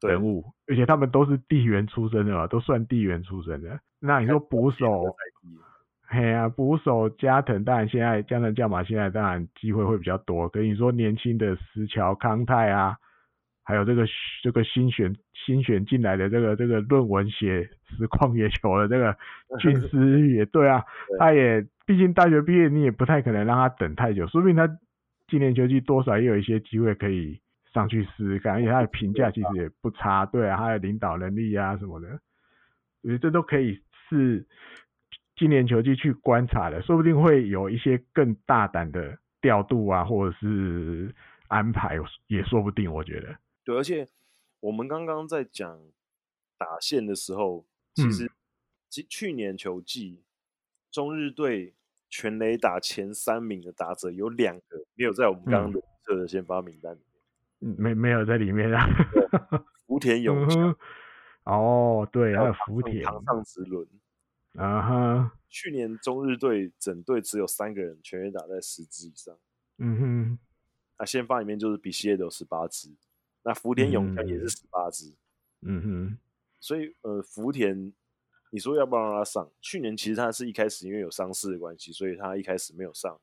[SPEAKER 1] 对
[SPEAKER 2] 人物，而且他们都是地缘出身的嘛，都算地缘出身的。那
[SPEAKER 1] 哎
[SPEAKER 2] 你说捕手，嘿呀、捕手加藤当然现在加藤将马现在当然机会会比较多，可是你说年轻的石桥康泰啊，还有这个这个新选新选进来的这个这个论文写实况野球的这个俊师也对啊，
[SPEAKER 1] 对
[SPEAKER 2] 他也毕竟大学毕业，你也不太可能让他等太久，说不定他今年球季多少也有一些机会可以上去试试看，而且他的评价
[SPEAKER 1] 啊
[SPEAKER 2] 其实也不差，对啊，他的领导能力啊什么的，我觉得这都可以是今年球季去观察的，说不定会有一些更大胆的调度啊，或者是安排，也说不定。我觉得，
[SPEAKER 1] 对，而且我们刚刚在讲打线的时候，其
[SPEAKER 2] 嗯
[SPEAKER 1] 实其去年球季中日队全垒打前三名的打者有两个没有在我们
[SPEAKER 2] 嗯
[SPEAKER 1] 刚刚的预测的先发名单里面，
[SPEAKER 2] 没没有在里面啊。
[SPEAKER 1] 福田
[SPEAKER 2] 嗯
[SPEAKER 1] 勇
[SPEAKER 2] 哼
[SPEAKER 1] 将、
[SPEAKER 2] 哦，对，还有
[SPEAKER 1] 有
[SPEAKER 2] 福田，
[SPEAKER 1] 堂上直轮。
[SPEAKER 2] 啊哈，
[SPEAKER 1] 去年中日队整队只有三个人全垒打在十支以上，
[SPEAKER 2] 嗯哼，
[SPEAKER 1] 那先发里面就是比西耶德十八支，那福田勇将也是
[SPEAKER 2] 嗯
[SPEAKER 1] 十八支，
[SPEAKER 2] 嗯哼，
[SPEAKER 1] 所以呃，福田，你说要不要让他上？去年其实他是一开始因为有伤势的关系，所以他一开始没有上。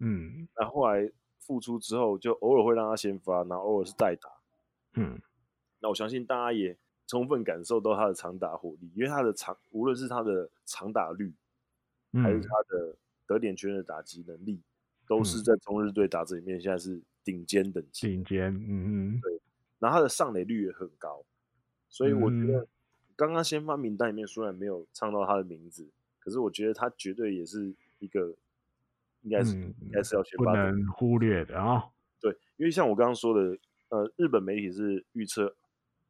[SPEAKER 2] 嗯
[SPEAKER 1] 那后来复出之后，就偶尔会让他先发，然后偶尔是代打。
[SPEAKER 2] 嗯
[SPEAKER 1] 那我相信大家也充分感受到他的长打火力，因为他的长，无论是他的长打率，还是
[SPEAKER 2] 嗯
[SPEAKER 1] 他的得点圈的打击能力，都是
[SPEAKER 2] 嗯
[SPEAKER 1] 在中日队打者里面现在是顶尖等级。
[SPEAKER 2] 顶尖，嗯哼，
[SPEAKER 1] 然后他的上垒率也很高，所以我觉
[SPEAKER 2] 嗯
[SPEAKER 1] 得刚刚先发名单里面虽然没有唱到他的名字，可是我觉得他绝对也是一个，应该是、
[SPEAKER 2] 嗯
[SPEAKER 1] 应该是要先
[SPEAKER 2] 不
[SPEAKER 1] 发的，
[SPEAKER 2] 能忽略的啊、哦，
[SPEAKER 1] 对，因为像我刚刚说的，呃，日本媒体是预测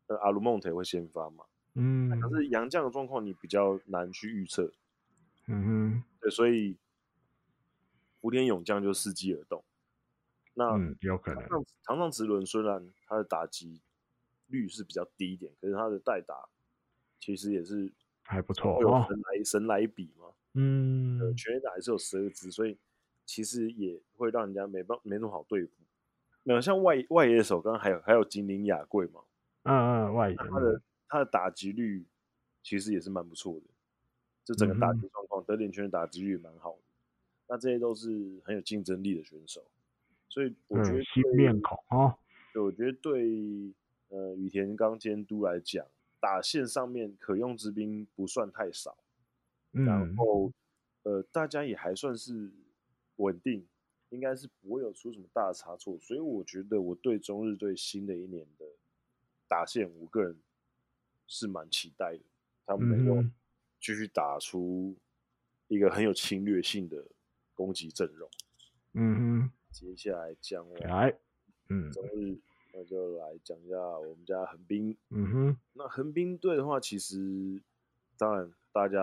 [SPEAKER 1] 呃阿鲁梦特会先发嘛，
[SPEAKER 2] 嗯
[SPEAKER 1] 可是杨将的状况你比较难去预测，啊
[SPEAKER 2] 嗯
[SPEAKER 1] 对，所以福田勇将就伺机而动。那、
[SPEAKER 2] 哼，嗯，有可
[SPEAKER 1] 堂
[SPEAKER 2] 能，
[SPEAKER 1] 上堂上直轮虽然他的打击率是比较低一点，可是他的代打其实也是
[SPEAKER 2] 还不错
[SPEAKER 1] 会有
[SPEAKER 2] 哦，
[SPEAKER 1] 神来、神来比嘛，
[SPEAKER 2] 嗯
[SPEAKER 1] 呃，全垒打也是有十二支，所以其实也会让人家没办没那么好对付。那像外外野手，刚刚还有还有金陵雅贵嘛，
[SPEAKER 2] 嗯嗯，外延
[SPEAKER 1] 他的他的打击率其实也是蛮不错的，就整个打
[SPEAKER 2] 嗯
[SPEAKER 1] 击状况，得点圈的打击率也蛮好的。那这些都是很有竞争力的选手，所以我觉得
[SPEAKER 2] 嗯新
[SPEAKER 1] 对
[SPEAKER 2] 面孔哦，
[SPEAKER 1] 对，我觉得对呃羽田刚监督来讲，打线上面可用之兵不算太少，然
[SPEAKER 2] 嗯
[SPEAKER 1] 后呃大家也还算是稳定，应该是不会有出什么大的差错，所以我觉得我对中日队新的一年的打线，我个人是蛮期待的，他们能够
[SPEAKER 2] 嗯哼
[SPEAKER 1] 继续打出一个很有侵略性的攻击阵容。
[SPEAKER 2] 嗯
[SPEAKER 1] 接下来将我
[SPEAKER 2] 哼，来，嗯
[SPEAKER 1] 中日，那就来讲一下我们家横滨。
[SPEAKER 2] 嗯哼，
[SPEAKER 1] 那横滨队的话，其实当然大家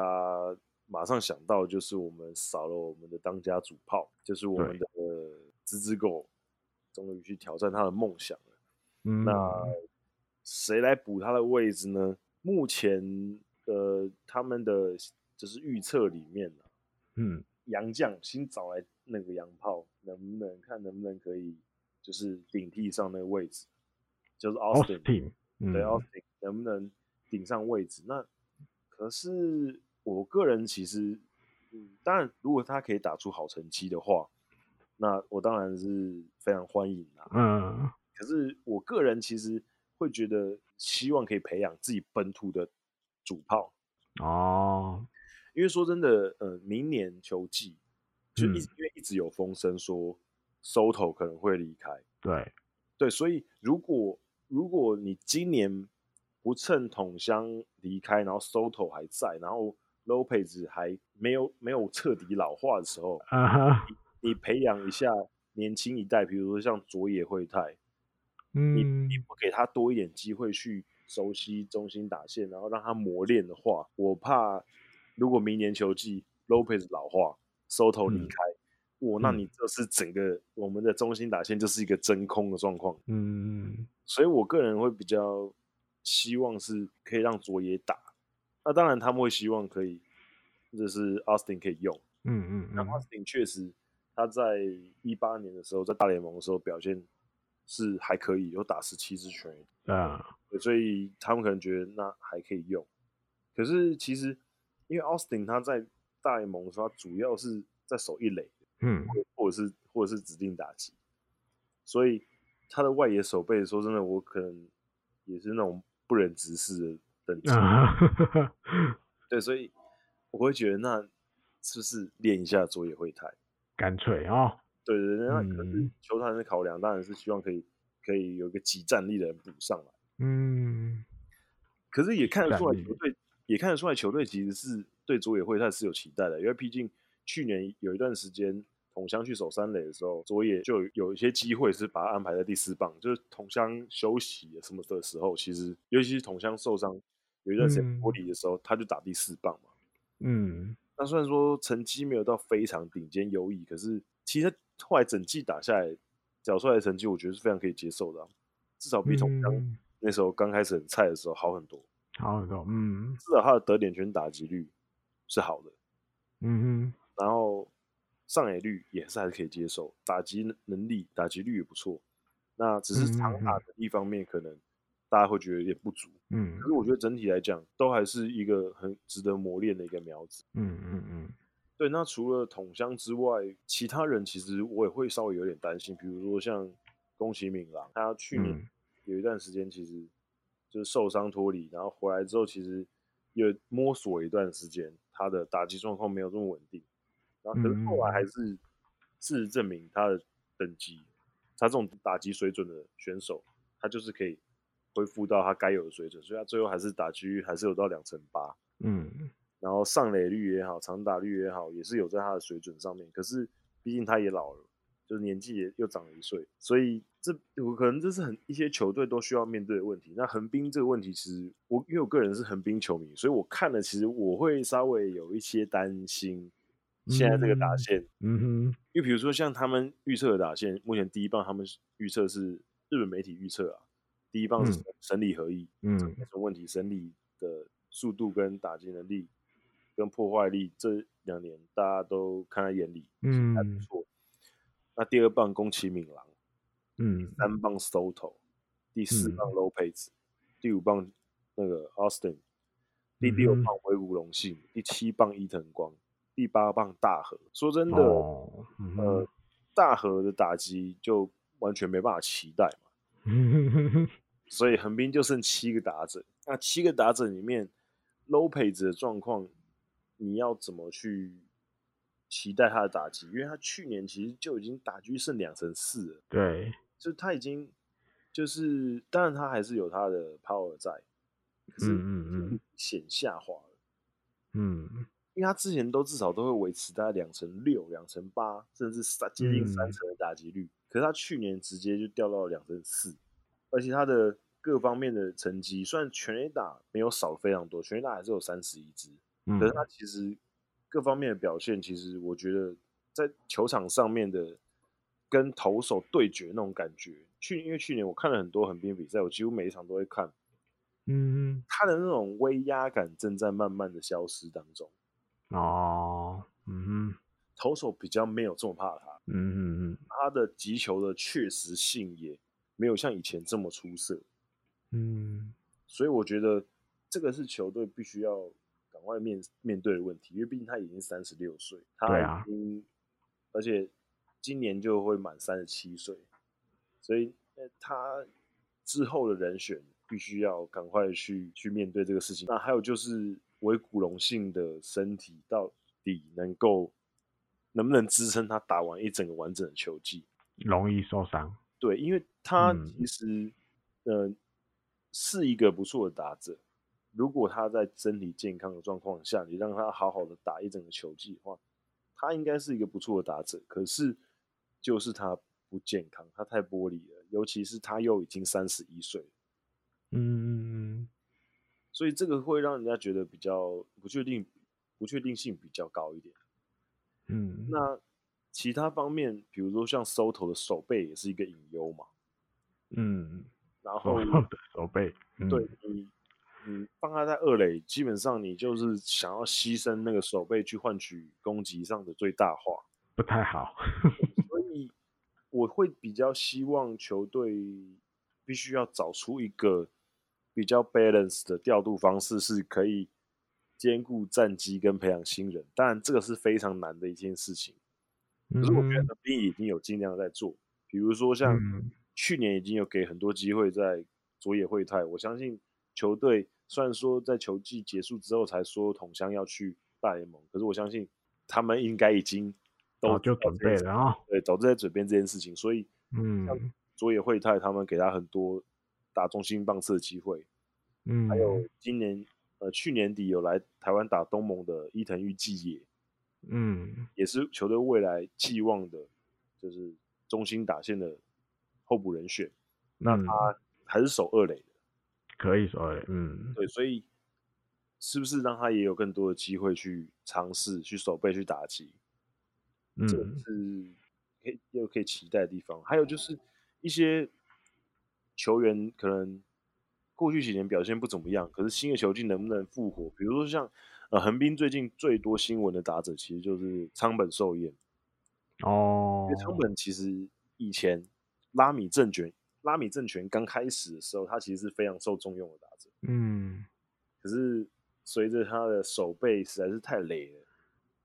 [SPEAKER 1] 马上想到就是我们少了我们的当家主炮，就是我们的芝芝狗，终于去挑战他的梦想了。
[SPEAKER 2] 嗯，
[SPEAKER 1] 那谁来补他的位置呢？目前呃，他们的就是预测里面呢、
[SPEAKER 2] 嗯
[SPEAKER 1] 杨将新找来那个洋炮，能不能看能不能可以就是顶替上那个位置，就是
[SPEAKER 2] 哦
[SPEAKER 1] Austin，
[SPEAKER 2] ，Austin，嗯
[SPEAKER 1] 对 Austin 能不能顶上位置？那可是我个人其实，嗯，当然如果他可以打出好成绩的话，那我当然是非常欢迎啦。
[SPEAKER 2] 嗯
[SPEAKER 1] 可是我个人其实会觉得，希望可以培养自己本土的主炮，
[SPEAKER 2] 哦，
[SPEAKER 1] 因为说真的，呃，明年球季就一直、
[SPEAKER 2] 嗯
[SPEAKER 1] 因为一直有风声说 Soto 可能会离开，
[SPEAKER 2] 对，
[SPEAKER 1] 对，所以如果如果你今年不趁桶箱离开，然后 Soto 还在，然后 Lopez 还没有没有彻底老化的时候，
[SPEAKER 2] 啊哈，
[SPEAKER 1] 你培养一下年轻一代，比如说像佐野惠太，你
[SPEAKER 2] 嗯
[SPEAKER 1] 你不给他多一点机会去熟悉中心打线，然后让他磨练的话，我怕如果明年球季 Lopez 老化，Soto 离
[SPEAKER 2] 嗯
[SPEAKER 1] 开，我那
[SPEAKER 2] 嗯
[SPEAKER 1] 你这是整个我们的中心打线就是一个真空的状况。
[SPEAKER 2] 嗯
[SPEAKER 1] 所以我个人会比较希望是可以让佐野打。那当然他们会希望可以，就是 Austin 可以用。
[SPEAKER 2] 嗯嗯
[SPEAKER 1] 那
[SPEAKER 2] 嗯，
[SPEAKER 1] Austin 确实他在一八年的时候在大联盟的时候表现是还可以，有打十七支全垒
[SPEAKER 2] 啊，
[SPEAKER 1] 打，所以他们可能觉得那还可以用。可是其实因为 Austin 他在大联盟的时候，他主要是在守一垒，
[SPEAKER 2] 嗯
[SPEAKER 1] 或者是或者是指定打击，所以他的外野手背，说真的，我可能也是那种不忍直视的等级。
[SPEAKER 2] 啊，哈，
[SPEAKER 1] 对，所以我会觉得那是不是练一下佐野惠太？
[SPEAKER 2] 干脆哦，
[SPEAKER 1] 对对对，那可是
[SPEAKER 2] 嗯
[SPEAKER 1] 球团的考量当然是希望可以可以有一个集战力的人补上来，
[SPEAKER 2] 嗯，
[SPEAKER 1] 可是也看得出来
[SPEAKER 2] 战力
[SPEAKER 1] 球队也看得出来球队其实是对佐野惠太是有期待的，因为毕竟去年有一段时间。桶箱去守三垒的时候，佐野就有有一些机会是把他安排在第四棒，就是桶箱休息什么的时候，其实尤其是桶箱受伤，有一段时间
[SPEAKER 2] 嗯
[SPEAKER 1] 脱离的时候，他就打第四棒嘛。
[SPEAKER 2] 嗯，
[SPEAKER 1] 那虽然说成绩没有到非常顶尖优异，可是其实他后来整季打下来，缴出来的成绩，我觉得是非常可以接受的啊、至少比同乡
[SPEAKER 2] 嗯
[SPEAKER 1] 那时候刚开始很菜的时候好很多。
[SPEAKER 2] 好很多，嗯
[SPEAKER 1] 至少他的得点圈打击率是好的，
[SPEAKER 2] 嗯
[SPEAKER 1] 然后上垒率也是还是可以接受，打击能能力、打击率也不错。那只是长打
[SPEAKER 2] 嗯嗯
[SPEAKER 1] 能力方面，可能大家会觉得有点不足。
[SPEAKER 2] 哼嗯
[SPEAKER 1] 可是我觉得整体来讲，都还是一个很值得磨练的一个苗子。
[SPEAKER 2] 嗯嗯嗯
[SPEAKER 1] 对，那除了桶香之外，其他人其实我也会稍微有点担心，比如说像宫崎敏郎，他去年
[SPEAKER 2] 嗯
[SPEAKER 1] 有一段时间其实就是受伤脱离，然后回来之后其实也摸索一段时间，他的打击状况没有这么稳定，然后可是后来还是事实证明他的等级，他这种打击水准的选手，他就是可以恢复到他该有的水准，所以他最后还是打击率还是有到两成八，
[SPEAKER 2] 嗯
[SPEAKER 1] 然后上垒率也好，长打率也好，也是有在他的水准上面。可是毕竟他也老了，就是年纪也又长了一岁，所以这有可能这是很一些球队都需要面对的问题。那横滨这个问题，其实我因为我个人是横滨球迷，所以我看了其实我会稍微有一些担心，现在这个打
[SPEAKER 2] 嗯
[SPEAKER 1] 线，
[SPEAKER 2] 嗯哼
[SPEAKER 1] 因为比如说像他们预测的打线，目前第一棒他们是预测是日本媒体预测啊，第一棒是
[SPEAKER 2] 嗯
[SPEAKER 1] 神理合一，
[SPEAKER 2] 嗯
[SPEAKER 1] 这没什么问题，神理的速度跟打击能力跟破坏力这两年大家都看在眼里，还不
[SPEAKER 2] 嗯
[SPEAKER 1] 错。那第二棒宫崎敏郎，
[SPEAKER 2] 嗯
[SPEAKER 1] 三棒 Soto，第四
[SPEAKER 2] 嗯
[SPEAKER 1] 棒 Lopez，、第五棒那个 Austin，第六
[SPEAKER 2] 嗯哼
[SPEAKER 1] 棒尾谷隆信，第七棒伊藤光，第八棒大和。说真的。
[SPEAKER 2] 哦，嗯
[SPEAKER 1] 呃
[SPEAKER 2] 哼，
[SPEAKER 1] 大和的打击就完全没办法期待嘛，呃所以横滨就剩七个打者。那七个打者里面，Lopez 的状况，你要怎么去期待他的打击？因为他去年其实就已经打击剩两成四了，
[SPEAKER 2] 对，
[SPEAKER 1] 就是他已经就是，当然他还是有他的 power 在，可是
[SPEAKER 2] 嗯嗯嗯
[SPEAKER 1] 显下滑了。
[SPEAKER 2] 嗯
[SPEAKER 1] 因为他之前都至少都会维持大概两成六、两成八，甚至三接近三
[SPEAKER 2] 嗯
[SPEAKER 1] 成的打击率。可是他去年直接就掉到两成四，而且他的各方面的成绩，虽然全垒打没有少非常多，全垒打还是有三十一支，
[SPEAKER 2] 嗯
[SPEAKER 1] 可是他其实各方面的表现，其实我觉得在球场上面的跟投手对决那种感觉，去因为去年我看了很多横滨比赛，我几乎每一场都会看，
[SPEAKER 2] 嗯
[SPEAKER 1] 他的那种威压感正在慢慢的消失当中，
[SPEAKER 2] 哼哦，嗯哼
[SPEAKER 1] 投手比较没有这么怕他。
[SPEAKER 2] 嗯嗯
[SPEAKER 1] 他的击球的确实性也没有像以前这么出色，
[SPEAKER 2] 嗯
[SPEAKER 1] 所以我觉得这个是球队必须要赶快面面对的问题，因为毕竟他已经三十六岁，
[SPEAKER 2] 对
[SPEAKER 1] 他
[SPEAKER 2] 啊
[SPEAKER 1] 已经、而且今年就会满三十七岁，所以呃他之后的人选必须要赶快去去面对这个事情。那还有就是维古隆性的身体到底能够能不能支撑他打完一整个完整的球季？
[SPEAKER 2] 容易受伤，
[SPEAKER 1] 对，因为他
[SPEAKER 2] 嗯
[SPEAKER 1] 其实、呃是一个不错的打者。如果他在身体健康的状况下，你让他好好的打一整个球季的话，他应该是一个不错的打者。可是就是他不健康，他太玻璃了，尤其是他又已经三十一岁了，
[SPEAKER 2] 嗯嗯
[SPEAKER 1] 所以这个会让人家觉得比较不确定，不确定性比较高一点。
[SPEAKER 2] 嗯，
[SPEAKER 1] 那其他方面，比如说像收头的手背也是一个隐忧嘛，
[SPEAKER 2] 嗯
[SPEAKER 1] 然后
[SPEAKER 2] 手上的手背，
[SPEAKER 1] 哦
[SPEAKER 2] 嗯
[SPEAKER 1] 对你，你放他在二垒，基本上你就是想要牺牲那个手背去换取攻击上的最大化。
[SPEAKER 2] 不太好，
[SPEAKER 1] 所以我会比较希望球队必须要找出一个比较 balance 的调度方式，是可以兼顾战绩跟培养新人。当然，这个是非常难的一件事情。可是我觉得横滨已经有尽量在做，比如说像
[SPEAKER 2] 嗯
[SPEAKER 1] 去年已经有给很多机会在佐野惠太，我相信球队虽然说在球季结束之后才说桶香要去大联盟，可是我相信他们应该已经都
[SPEAKER 2] 早就
[SPEAKER 1] 知道
[SPEAKER 2] 准
[SPEAKER 1] 这件
[SPEAKER 2] 备
[SPEAKER 1] 事
[SPEAKER 2] 了啊，
[SPEAKER 1] 对，早就在准备这件事情，所以
[SPEAKER 2] 嗯
[SPEAKER 1] 佐野惠太他们给他很多打中心棒次的机会，
[SPEAKER 2] 嗯，
[SPEAKER 1] 还有今年呃去年底有来台湾打东盟的伊藤裕纪也，
[SPEAKER 2] 嗯
[SPEAKER 1] 也是球队未来寄望的，就是中心打线的候补人选。那
[SPEAKER 2] 嗯
[SPEAKER 1] 他还是守二垒的，
[SPEAKER 2] 可以说，嗯
[SPEAKER 1] 对，所以是不是让他也有更多的机会去尝试、去守备、去打击？这个
[SPEAKER 2] 嗯，
[SPEAKER 1] 是可以又可以期待的地方。还有就是一些球员可能过去几年表现不怎么样，可是新的球季能不能复活？比如说像呃横滨最近最多新闻的打者，其实就是仓本寿彦。
[SPEAKER 2] 哦
[SPEAKER 1] 因为，仓本其实以前拉米政权拉米政权刚开始的时候，他其实是非常受重用的打者，
[SPEAKER 2] 嗯
[SPEAKER 1] 可是随着他的手背实在是太累了。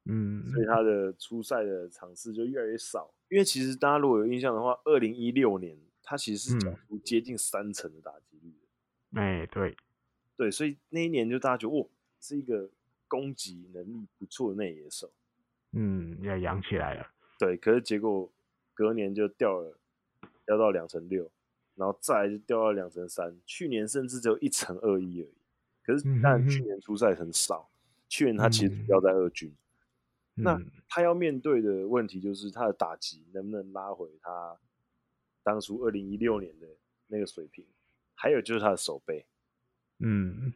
[SPEAKER 2] 嗯，
[SPEAKER 1] 所以他的出赛的场次就越来越少。因为其实大家如果有印象的话，二零一六年他其实是缴
[SPEAKER 2] 嗯
[SPEAKER 1] 出接近三成的打击率的，
[SPEAKER 2] 哎，对，
[SPEAKER 1] 对，所以那一年就大家觉得哇，是一个攻击能力不错的内野手，
[SPEAKER 2] 嗯，要养起来了，
[SPEAKER 1] 对。可是结果隔年就掉了，掉到两成六，然后再来就掉到两成三，去年甚至只有一成二一而已。可是
[SPEAKER 2] 嗯
[SPEAKER 1] 但
[SPEAKER 2] 哼
[SPEAKER 1] 去
[SPEAKER 2] 哼
[SPEAKER 1] 年出赛很少，去年他其实主
[SPEAKER 2] 嗯
[SPEAKER 1] 要在二军。那
[SPEAKER 2] 嗯
[SPEAKER 1] 他要面对的问题就是他的打击能不能拉回他当初二零一六年的那个水平，还有就是他的手背，
[SPEAKER 2] 嗯，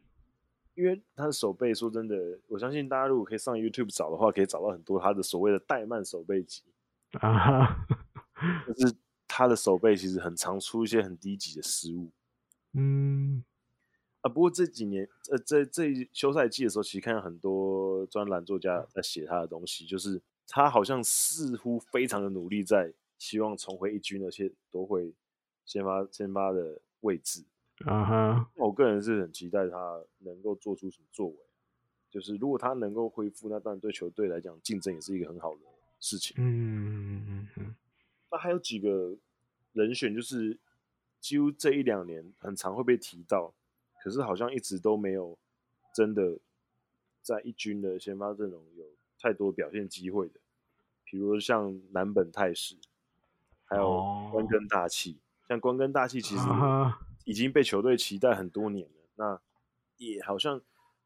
[SPEAKER 1] 因为他的手背说真的，我相信大家如果可以上 YouTube 找的话，可以找到很多他的所谓的怠慢手背级，
[SPEAKER 2] 啊哈，
[SPEAKER 1] 就是他的手背其实很常出一些很低级的失误
[SPEAKER 2] 嗯
[SPEAKER 1] 啊。不过这几年呃在这一休赛季的时候，其实看到很多专栏作家在写他的东西，就是他好像似乎非常的努力在希望重回一军，而且夺回先发先发的位置。
[SPEAKER 2] 啊哈，
[SPEAKER 1] 那我个人是很期待他能够做出什么作为，啊就是如果他能够恢复，那当然对球队来讲竞争也是一个很好的事情。
[SPEAKER 2] 嗯嗯嗯
[SPEAKER 1] 那还有几个人选，就是几乎这一两年很常会被提到，可是好像一直都没有真的在一军的先发阵容有太多表现机会的，比如像南本泰史，还有关
[SPEAKER 2] 哦
[SPEAKER 1] 根大气。像关根大气 其实
[SPEAKER 2] 啊哈
[SPEAKER 1] 已经被球队期待很多年了，那也好像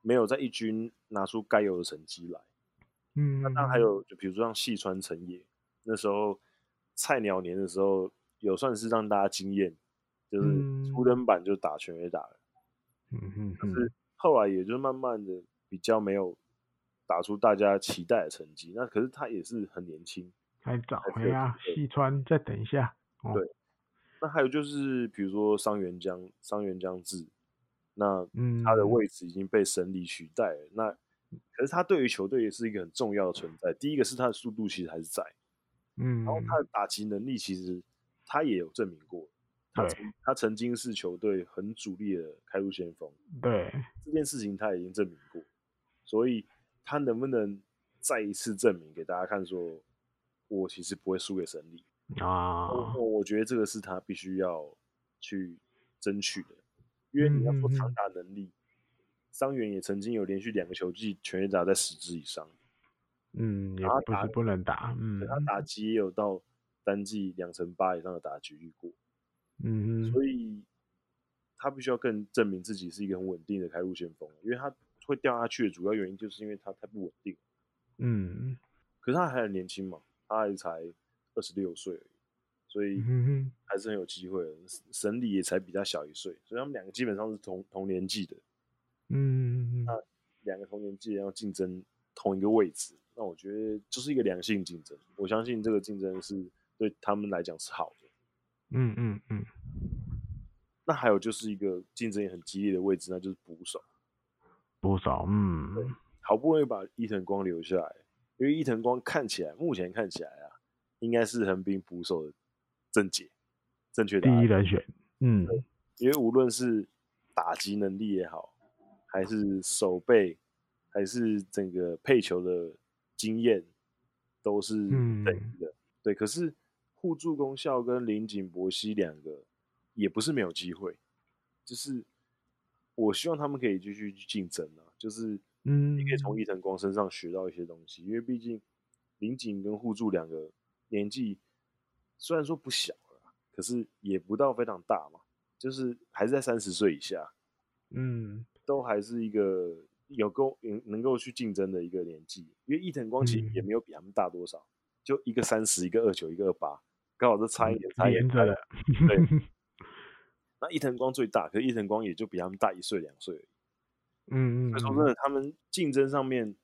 [SPEAKER 1] 没有在一军拿出该有的成绩来。
[SPEAKER 2] 嗯，
[SPEAKER 1] 那当然还有，就比如说像细川成也，那时候菜鸟年的时候，有算是让大家惊艳，就是初
[SPEAKER 2] 嗯
[SPEAKER 1] 登板就打全垒打了。
[SPEAKER 2] 嗯嗯
[SPEAKER 1] 可
[SPEAKER 2] 嗯
[SPEAKER 1] 是后来也就慢慢的比较没有打出大家期待的成绩。那可是他也是很年轻。
[SPEAKER 2] 还早
[SPEAKER 1] 还是
[SPEAKER 2] 哎
[SPEAKER 1] 有
[SPEAKER 2] 呀，
[SPEAKER 1] 机会
[SPEAKER 2] 细川再等一下，哦
[SPEAKER 1] 对，那还有就是，比如说伤员江、伤员江志，那
[SPEAKER 2] 嗯，
[SPEAKER 1] 他的位置已经被神里取代了。那可是他对于球队也是一个很重要的存在。第一个是他的速度其实还是在，
[SPEAKER 2] 嗯，
[SPEAKER 1] 然后他的打击能力其实他也有证明过，他
[SPEAKER 2] 对
[SPEAKER 1] 曾他曾经是球队很主力的开路先锋，
[SPEAKER 2] 对，啊
[SPEAKER 1] 这件事情他已经证明过，所以他能不能再一次证明给大家看说，我其实不会输给神力？
[SPEAKER 2] 啊，
[SPEAKER 1] 我我觉得这个是他必须要去争取的，因为你要说
[SPEAKER 2] 嗯嗯嗯
[SPEAKER 1] 长打能力，伤员也曾经有连续两个球季全垒打在十支以上，
[SPEAKER 2] 嗯，也
[SPEAKER 1] 然后
[SPEAKER 2] 不
[SPEAKER 1] 打
[SPEAKER 2] 是不能打，嗯
[SPEAKER 1] 对他打击也有到单季两成八以上的打击率过，
[SPEAKER 2] 嗯嗯
[SPEAKER 1] 所以他必须要更证明自己是一个很稳定的开路先锋，因为他会掉下去的主要原因就是因为他太不稳定了，
[SPEAKER 2] 嗯
[SPEAKER 1] 可是他还很年轻嘛，他还才二十六岁而已，所以。
[SPEAKER 2] 嗯嗯
[SPEAKER 1] 还是很有机会的。神里也才比他小一岁，所以他们两个基本上是同同年纪的，
[SPEAKER 2] 嗯
[SPEAKER 1] 两个同年纪要竞争同一个位置，那我觉得就是一个良性竞争。我相信这个竞争是对他们来讲是好的。
[SPEAKER 2] 嗯嗯嗯，
[SPEAKER 1] 那还有就是一个竞争也很激烈的位置，那就是捕手。
[SPEAKER 2] 不少，嗯
[SPEAKER 1] 好不容易把伊藤光留下来，因为伊藤光看起来目前看起来啊，应该是横滨捕手的正解，正确
[SPEAKER 2] 第
[SPEAKER 1] 答案
[SPEAKER 2] 一。人选，
[SPEAKER 1] 啊
[SPEAKER 2] 嗯
[SPEAKER 1] 因为无论是打击能力也好，还是手背，还是整个配球的经验，都是等
[SPEAKER 2] 嗯
[SPEAKER 1] 的。对，可是互助功效跟林井博熙两个也不是没有机会，就是我希望他们可以继续去竞争啊，就是
[SPEAKER 2] 嗯，
[SPEAKER 1] 你可以从伊藤光身上学到一些东西，因为毕竟林井跟互助两个年纪虽然说不小了啦，可是也不到非常大嘛，就是还是在三十岁以下，
[SPEAKER 2] 嗯
[SPEAKER 1] 都还是一个有够能能够去竞争的一个年纪。因为伊藤光其实也
[SPEAKER 2] 嗯
[SPEAKER 1] 没有比他们大多少，就一个三十，一个二九，一个二八，刚好是差一点，差一点
[SPEAKER 2] 连
[SPEAKER 1] 差一
[SPEAKER 2] 着
[SPEAKER 1] 点。
[SPEAKER 2] 的，
[SPEAKER 1] 那伊藤光最大，可是伊藤光也就比他们大一岁两岁而已。
[SPEAKER 2] 嗯
[SPEAKER 1] 所
[SPEAKER 2] 嗯
[SPEAKER 1] 以说
[SPEAKER 2] 嗯
[SPEAKER 1] 真的，他们竞争上面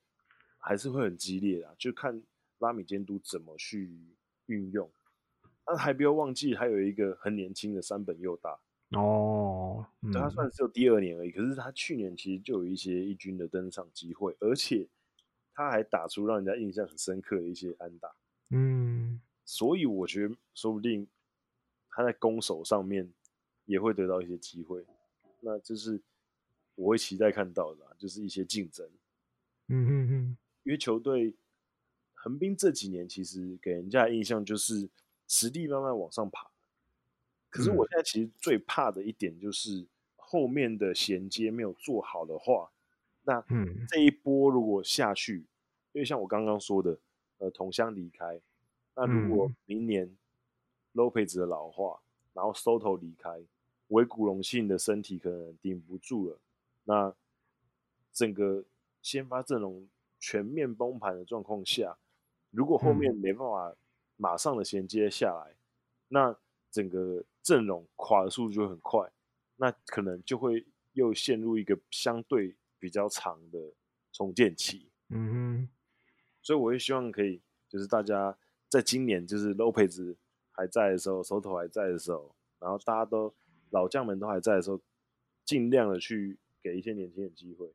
[SPEAKER 1] 还是会很激烈的，就看拉米监督怎么去运用。但还不要忘记，还有一个很年轻的山本佑大，
[SPEAKER 2] 哦，嗯，
[SPEAKER 1] 对他算是只有第二年而已，可是他去年其实就有一些一军的登场机会，而且他还打出让人家印象很深刻的一些安打，
[SPEAKER 2] 嗯
[SPEAKER 1] 所以我觉得说不定他在攻守上面也会得到一些机会，那就是我会期待看到的啊、就是一些竞争。
[SPEAKER 2] 嗯嗯嗯，
[SPEAKER 1] 因为球队横滨这几年其实给人家的印象就是实力慢慢往上爬，可是我现在其实最怕的一点就是后面的衔接没有做好的话，那
[SPEAKER 2] 嗯
[SPEAKER 1] 这一波如果下去，因为像我刚刚说的，呃，同乡离开，那如果
[SPEAKER 2] 嗯
[SPEAKER 1] 明年 Lopez 的老化，然后 Soto 离开，维古隆信的身体可能顶不住了，那整个先发阵容全面崩盘的状况下，如果后面没办法马上的衔接下来，那整个阵容垮的速度就会很快，那可能就会又陷入一个相对比较长的重建期。
[SPEAKER 2] 嗯
[SPEAKER 1] 所以我也希望可以，就是大家在今年就是 Lopez 还在的时候，手头还在的时候，然后大家都老将们都还在的时候，尽量的去给一些年轻人机会，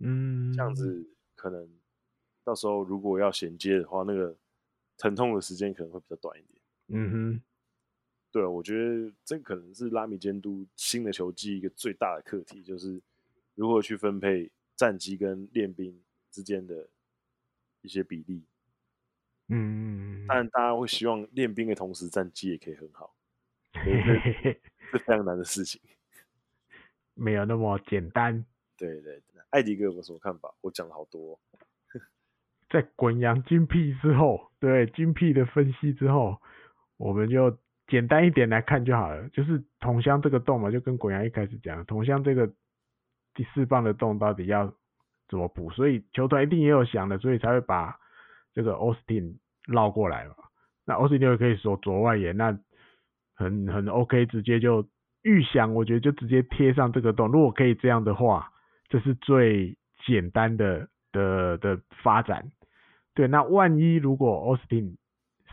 [SPEAKER 2] 嗯，
[SPEAKER 1] 这样
[SPEAKER 2] 嗯，
[SPEAKER 1] 子可能到时候如果要衔接的话，那个疼痛的时间可能会比较短一点。
[SPEAKER 2] 嗯哼，
[SPEAKER 1] 对，啊我觉得这可能是拉米监督新的球季一个最大的课题，就是如何去分配战机跟练兵之间的一些比例。
[SPEAKER 2] 嗯嗯嗯，
[SPEAKER 1] 当然，大家会希望练兵的同时，战绩也可以很好，
[SPEAKER 2] 嘿 嘿嘿嘿
[SPEAKER 1] 这非常难的事情。
[SPEAKER 2] 没有那么简单。
[SPEAKER 1] 对对，对艾迪哥有没有什么看法？我讲了好多哦、
[SPEAKER 2] 在滚扬精辟之后，对精辟的分析之后，我们就简单一点来看就好了。就是同乡这个洞嘛，就跟滚扬一开始讲的，同乡这个第四棒的洞到底要怎么补，所以球团一定也有想的，所以才会把这个 Austin 绕过来嘛。那 Austin 就可以说左外野，那很很 OK，直接就预想，我觉得就直接贴上这个洞。如果可以这样的话，这是最简单的的的发展。对，那万一如果 Austin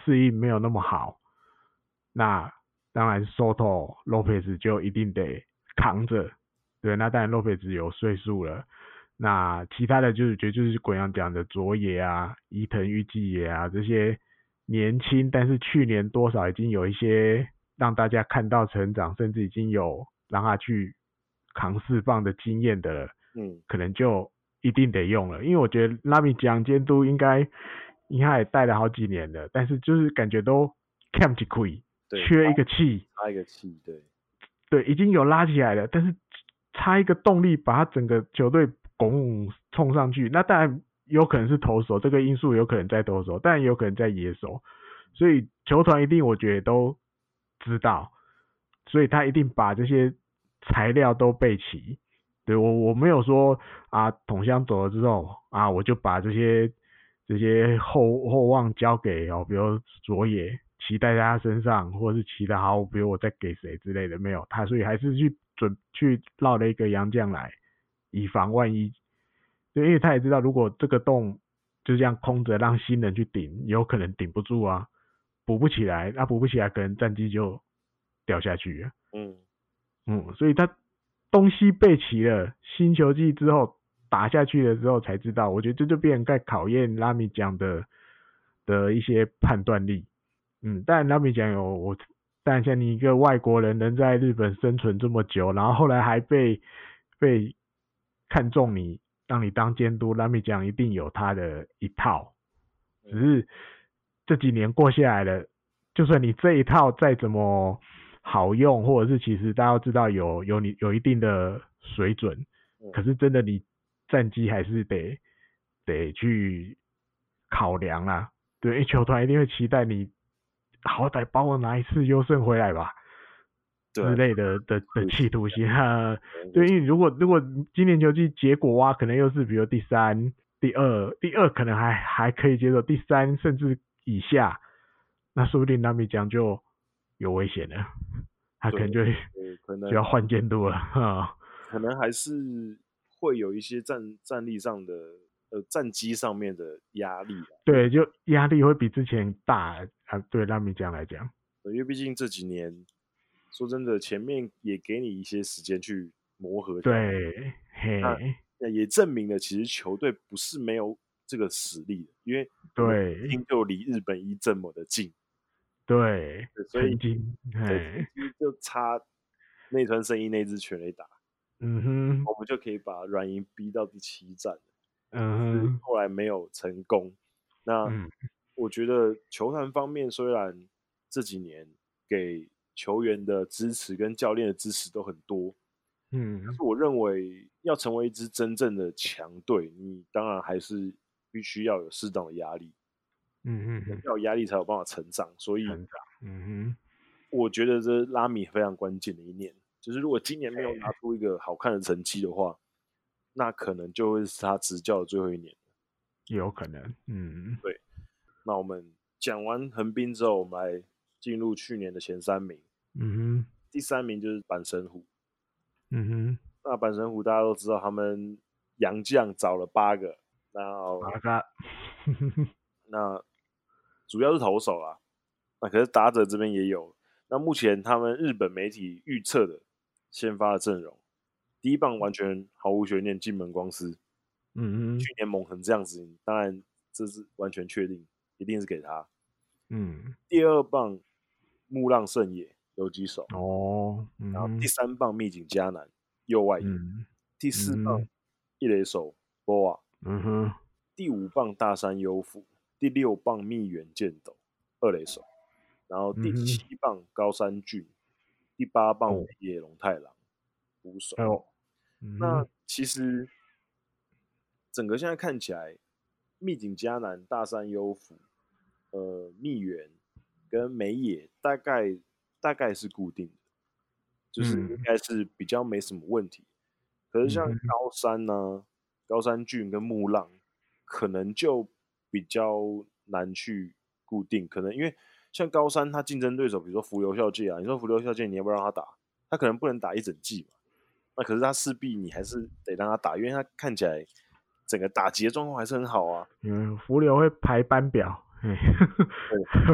[SPEAKER 2] 适应没有那么好，那当然 Soto Lopez 就一定得扛着。对，那当然 Lopez 有岁数了，那其他的就是觉得就是滚阳讲的佐野啊、伊藤裕纪也啊这些年轻，但是去年多少已经有一些让大家看到成长，甚至已经有让他去扛四棒的经验的了。
[SPEAKER 1] 嗯，
[SPEAKER 2] 可能就一定得用了，因为我觉得拉米讲监督应该应该也带了好几年了，但是就是感觉都 cam 起亏，
[SPEAKER 1] 对，
[SPEAKER 2] 缺一个气，
[SPEAKER 1] 差一个气，对，
[SPEAKER 2] 对，已经有拉起来了，但是差一个动力把他整个球队拱冲上去，那当然有可能是投手这个因素，有可能在投手，但也有可能在野手，所以球团一定我觉得都知道，所以他一定把这些材料都备齐。对我我没有说啊，桶箱走了之后啊，我就把这些这些厚厚望交给哦，比如佐野，骑在他身上，或者是骑的好，比如我再给谁之类的，没有他，所以还是去准去绕了一个洋将来，以防万一。对，因为他也知道，如果这个洞就这样空着，让新人去顶，有可能顶不住啊，补不起来，那补不起来，可能战绩就掉下去了。
[SPEAKER 1] 嗯，
[SPEAKER 2] 嗯，所以他东西备齐了，新球季之后打下去了之后才知道，我觉得这就变成在考验拉米讲的的一些判断力。嗯，但拉米讲有我，但像你一个外国人能在日本生存这么久，然后后来还被被看中你，让你当监督，拉米讲一定有他的一套，只是这几年过下来了。就算你这一套再怎么好用，或者是其实大家都知道有有你有一定的水准，
[SPEAKER 1] 嗯
[SPEAKER 2] 可是真的你战绩还是得得去考量啦。对，因为球团一定会期待你好歹帮我拿一次优胜回来吧
[SPEAKER 1] 对
[SPEAKER 2] 之
[SPEAKER 1] 啊，
[SPEAKER 2] 类的的的企图心啊。
[SPEAKER 1] 可能
[SPEAKER 2] 对，因为如果如果今年球季结果哇，可能又是比如第三、第二、第二可能还还可以接受，第三甚至以下，那说不定纳米江就有危险了，他可能就会
[SPEAKER 1] 对可
[SPEAKER 2] 就要
[SPEAKER 1] 能
[SPEAKER 2] 换监督了。哈，
[SPEAKER 1] 可能还是会有一些战战力上的呃战机上面的压力啊啦。
[SPEAKER 2] 对，就压力会比之前大啊。对拉米这样来讲，
[SPEAKER 1] 因为毕竟这几年，说真的，前面也给你一些时间去磨合。，
[SPEAKER 2] 对，嘿，
[SPEAKER 1] 那那也证明了其实球队不是没有这个实力的，因为
[SPEAKER 2] 对
[SPEAKER 1] 听就离日本一这么的近，
[SPEAKER 2] 对，
[SPEAKER 1] 所以
[SPEAKER 2] 曾经，
[SPEAKER 1] 对
[SPEAKER 2] 嘿，，
[SPEAKER 1] 就差内川圣一那支全垒打，
[SPEAKER 2] 嗯哼，
[SPEAKER 1] 我们就可以把软银逼到第七站。是啊
[SPEAKER 2] 嗯
[SPEAKER 1] 后来没有成功。那
[SPEAKER 2] 哼，嗯，
[SPEAKER 1] 我觉得球坛方面虽然这几年给球员的支持跟教练的支持都很多，
[SPEAKER 2] 嗯
[SPEAKER 1] 但，是我认为要成为一支真正的强队，你当然还是必须要有适当的压力，
[SPEAKER 2] 嗯哼，
[SPEAKER 1] 要有压力才有办法成长。所以
[SPEAKER 2] 成长，嗯
[SPEAKER 1] 我觉得这拉米非常关键的一年，就是如果今年没有拿出一个好看的成绩的话，那可能就会是他执教的最后一年。
[SPEAKER 2] 哼，有可能，嗯，
[SPEAKER 1] 那我们讲完横滨之后，我们来进入去年的前三名。
[SPEAKER 2] 嗯哼，
[SPEAKER 1] 第三名就是阪神虎。
[SPEAKER 2] 嗯哼。
[SPEAKER 1] 那阪神虎大家都知道，他们洋将找了八个，然后
[SPEAKER 2] 马嘎，
[SPEAKER 1] 那主要是投手啊，那可是打者这边也有。那目前他们日本媒体预测的先发的阵容，第一棒完全毫无悬念，金门光司。
[SPEAKER 2] 嗯
[SPEAKER 1] 去年猛成这样子，当然这是完全确定，一定是给他。
[SPEAKER 2] 嗯，
[SPEAKER 1] 第二棒木浪胜也有几手，
[SPEAKER 2] 哦，嗯
[SPEAKER 1] 然后第三棒秘井加南右外野，
[SPEAKER 2] 嗯
[SPEAKER 1] 第四
[SPEAKER 2] 嗯
[SPEAKER 1] 棒一垒手波瓦，
[SPEAKER 2] 嗯哼，
[SPEAKER 1] 第五棒大山优辅，第六棒密原健斗二垒手，然后第
[SPEAKER 2] 嗯哼
[SPEAKER 1] 七棒高山俊，第八棒
[SPEAKER 2] 哦
[SPEAKER 1] 尾野龙太郎捕手。
[SPEAKER 2] 还有，嗯
[SPEAKER 1] 那其实整个现在看起来，密井加南、大山优辅、呃密原跟美野大概大概是固定的，就是
[SPEAKER 2] 嗯
[SPEAKER 1] 应该是比较没什么问题。可是像
[SPEAKER 2] 嗯哼
[SPEAKER 1] 高山呢、高山俊跟木浪，可能就比较难去固定，可能因为。像高山，他竞争对手，比如说浮游校界啊，你说浮游校界，你要不要让他打？他可能不能打一整季嘛。那可是他势必你还是得让他打，因为他看起来整个打击的状况还是很好啊。
[SPEAKER 2] 因为浮流嗯会排班表，嘿，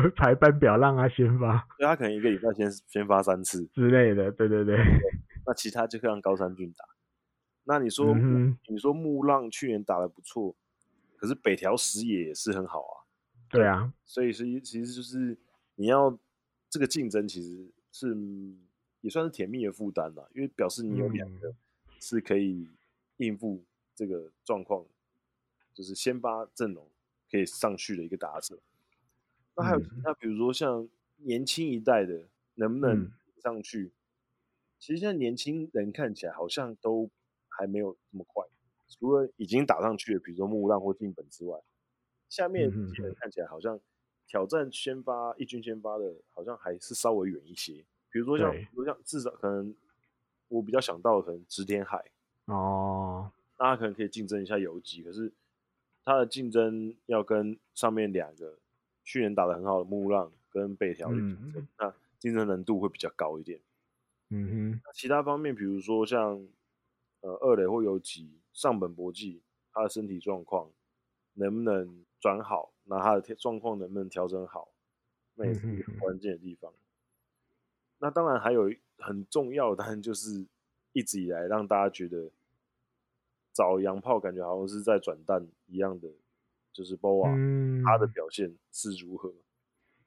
[SPEAKER 2] 会 排班表让他先发
[SPEAKER 1] 所以他可能一个礼拜先先发三次，
[SPEAKER 2] 之类的，对对对，
[SPEAKER 1] 那其他就可以让高山俊打。那你说、
[SPEAKER 2] 嗯哼
[SPEAKER 1] 你说木浪去年打的不错，可是北条石野也是很好啊。
[SPEAKER 2] 对啊，
[SPEAKER 1] 所以是其实就是你要这个竞争其实是嗯也算是甜蜜的负担啦，因为表示你有两
[SPEAKER 2] 嗯
[SPEAKER 1] 个是可以应付这个状况，就是先发阵容可以上去的一个打者。那还有其
[SPEAKER 2] 嗯
[SPEAKER 1] 他，比如说像年轻一代的能不能
[SPEAKER 2] 嗯
[SPEAKER 1] 上去？其实现在年轻人看起来好像都还没有这么快，除了已经打上去的，比如说木浪或进本之外，下面
[SPEAKER 2] 嗯
[SPEAKER 1] 这些人
[SPEAKER 2] 嗯
[SPEAKER 1] 看起来好像挑战先发一军先发的，好像还是稍微远一些。比如说像，
[SPEAKER 2] 对
[SPEAKER 1] 比如像至少可能我比较想到的，可能植田海，
[SPEAKER 2] 哦，
[SPEAKER 1] 那他可能可以竞争一下游击，可是他的竞争要跟上面两个去年打得很好的木浪跟北条去竞争，
[SPEAKER 2] 嗯
[SPEAKER 1] 那竞争难度会比较高一点。
[SPEAKER 2] 嗯
[SPEAKER 1] 那其他方面，比如说像呃二垒或游击上本博纪，他的身体状况能不能转好，那他的调状况能不能调整好，那也是一个
[SPEAKER 2] 嗯嗯
[SPEAKER 1] 很
[SPEAKER 2] 嗯
[SPEAKER 1] 关键的地方。那当然还有一很重要的，当然就是一直以来让大家觉得找洋炮感觉好像是在转蛋一样的，就是包
[SPEAKER 2] 哼，
[SPEAKER 1] 瓦、
[SPEAKER 2] 嗯，
[SPEAKER 1] 他的表现是如何。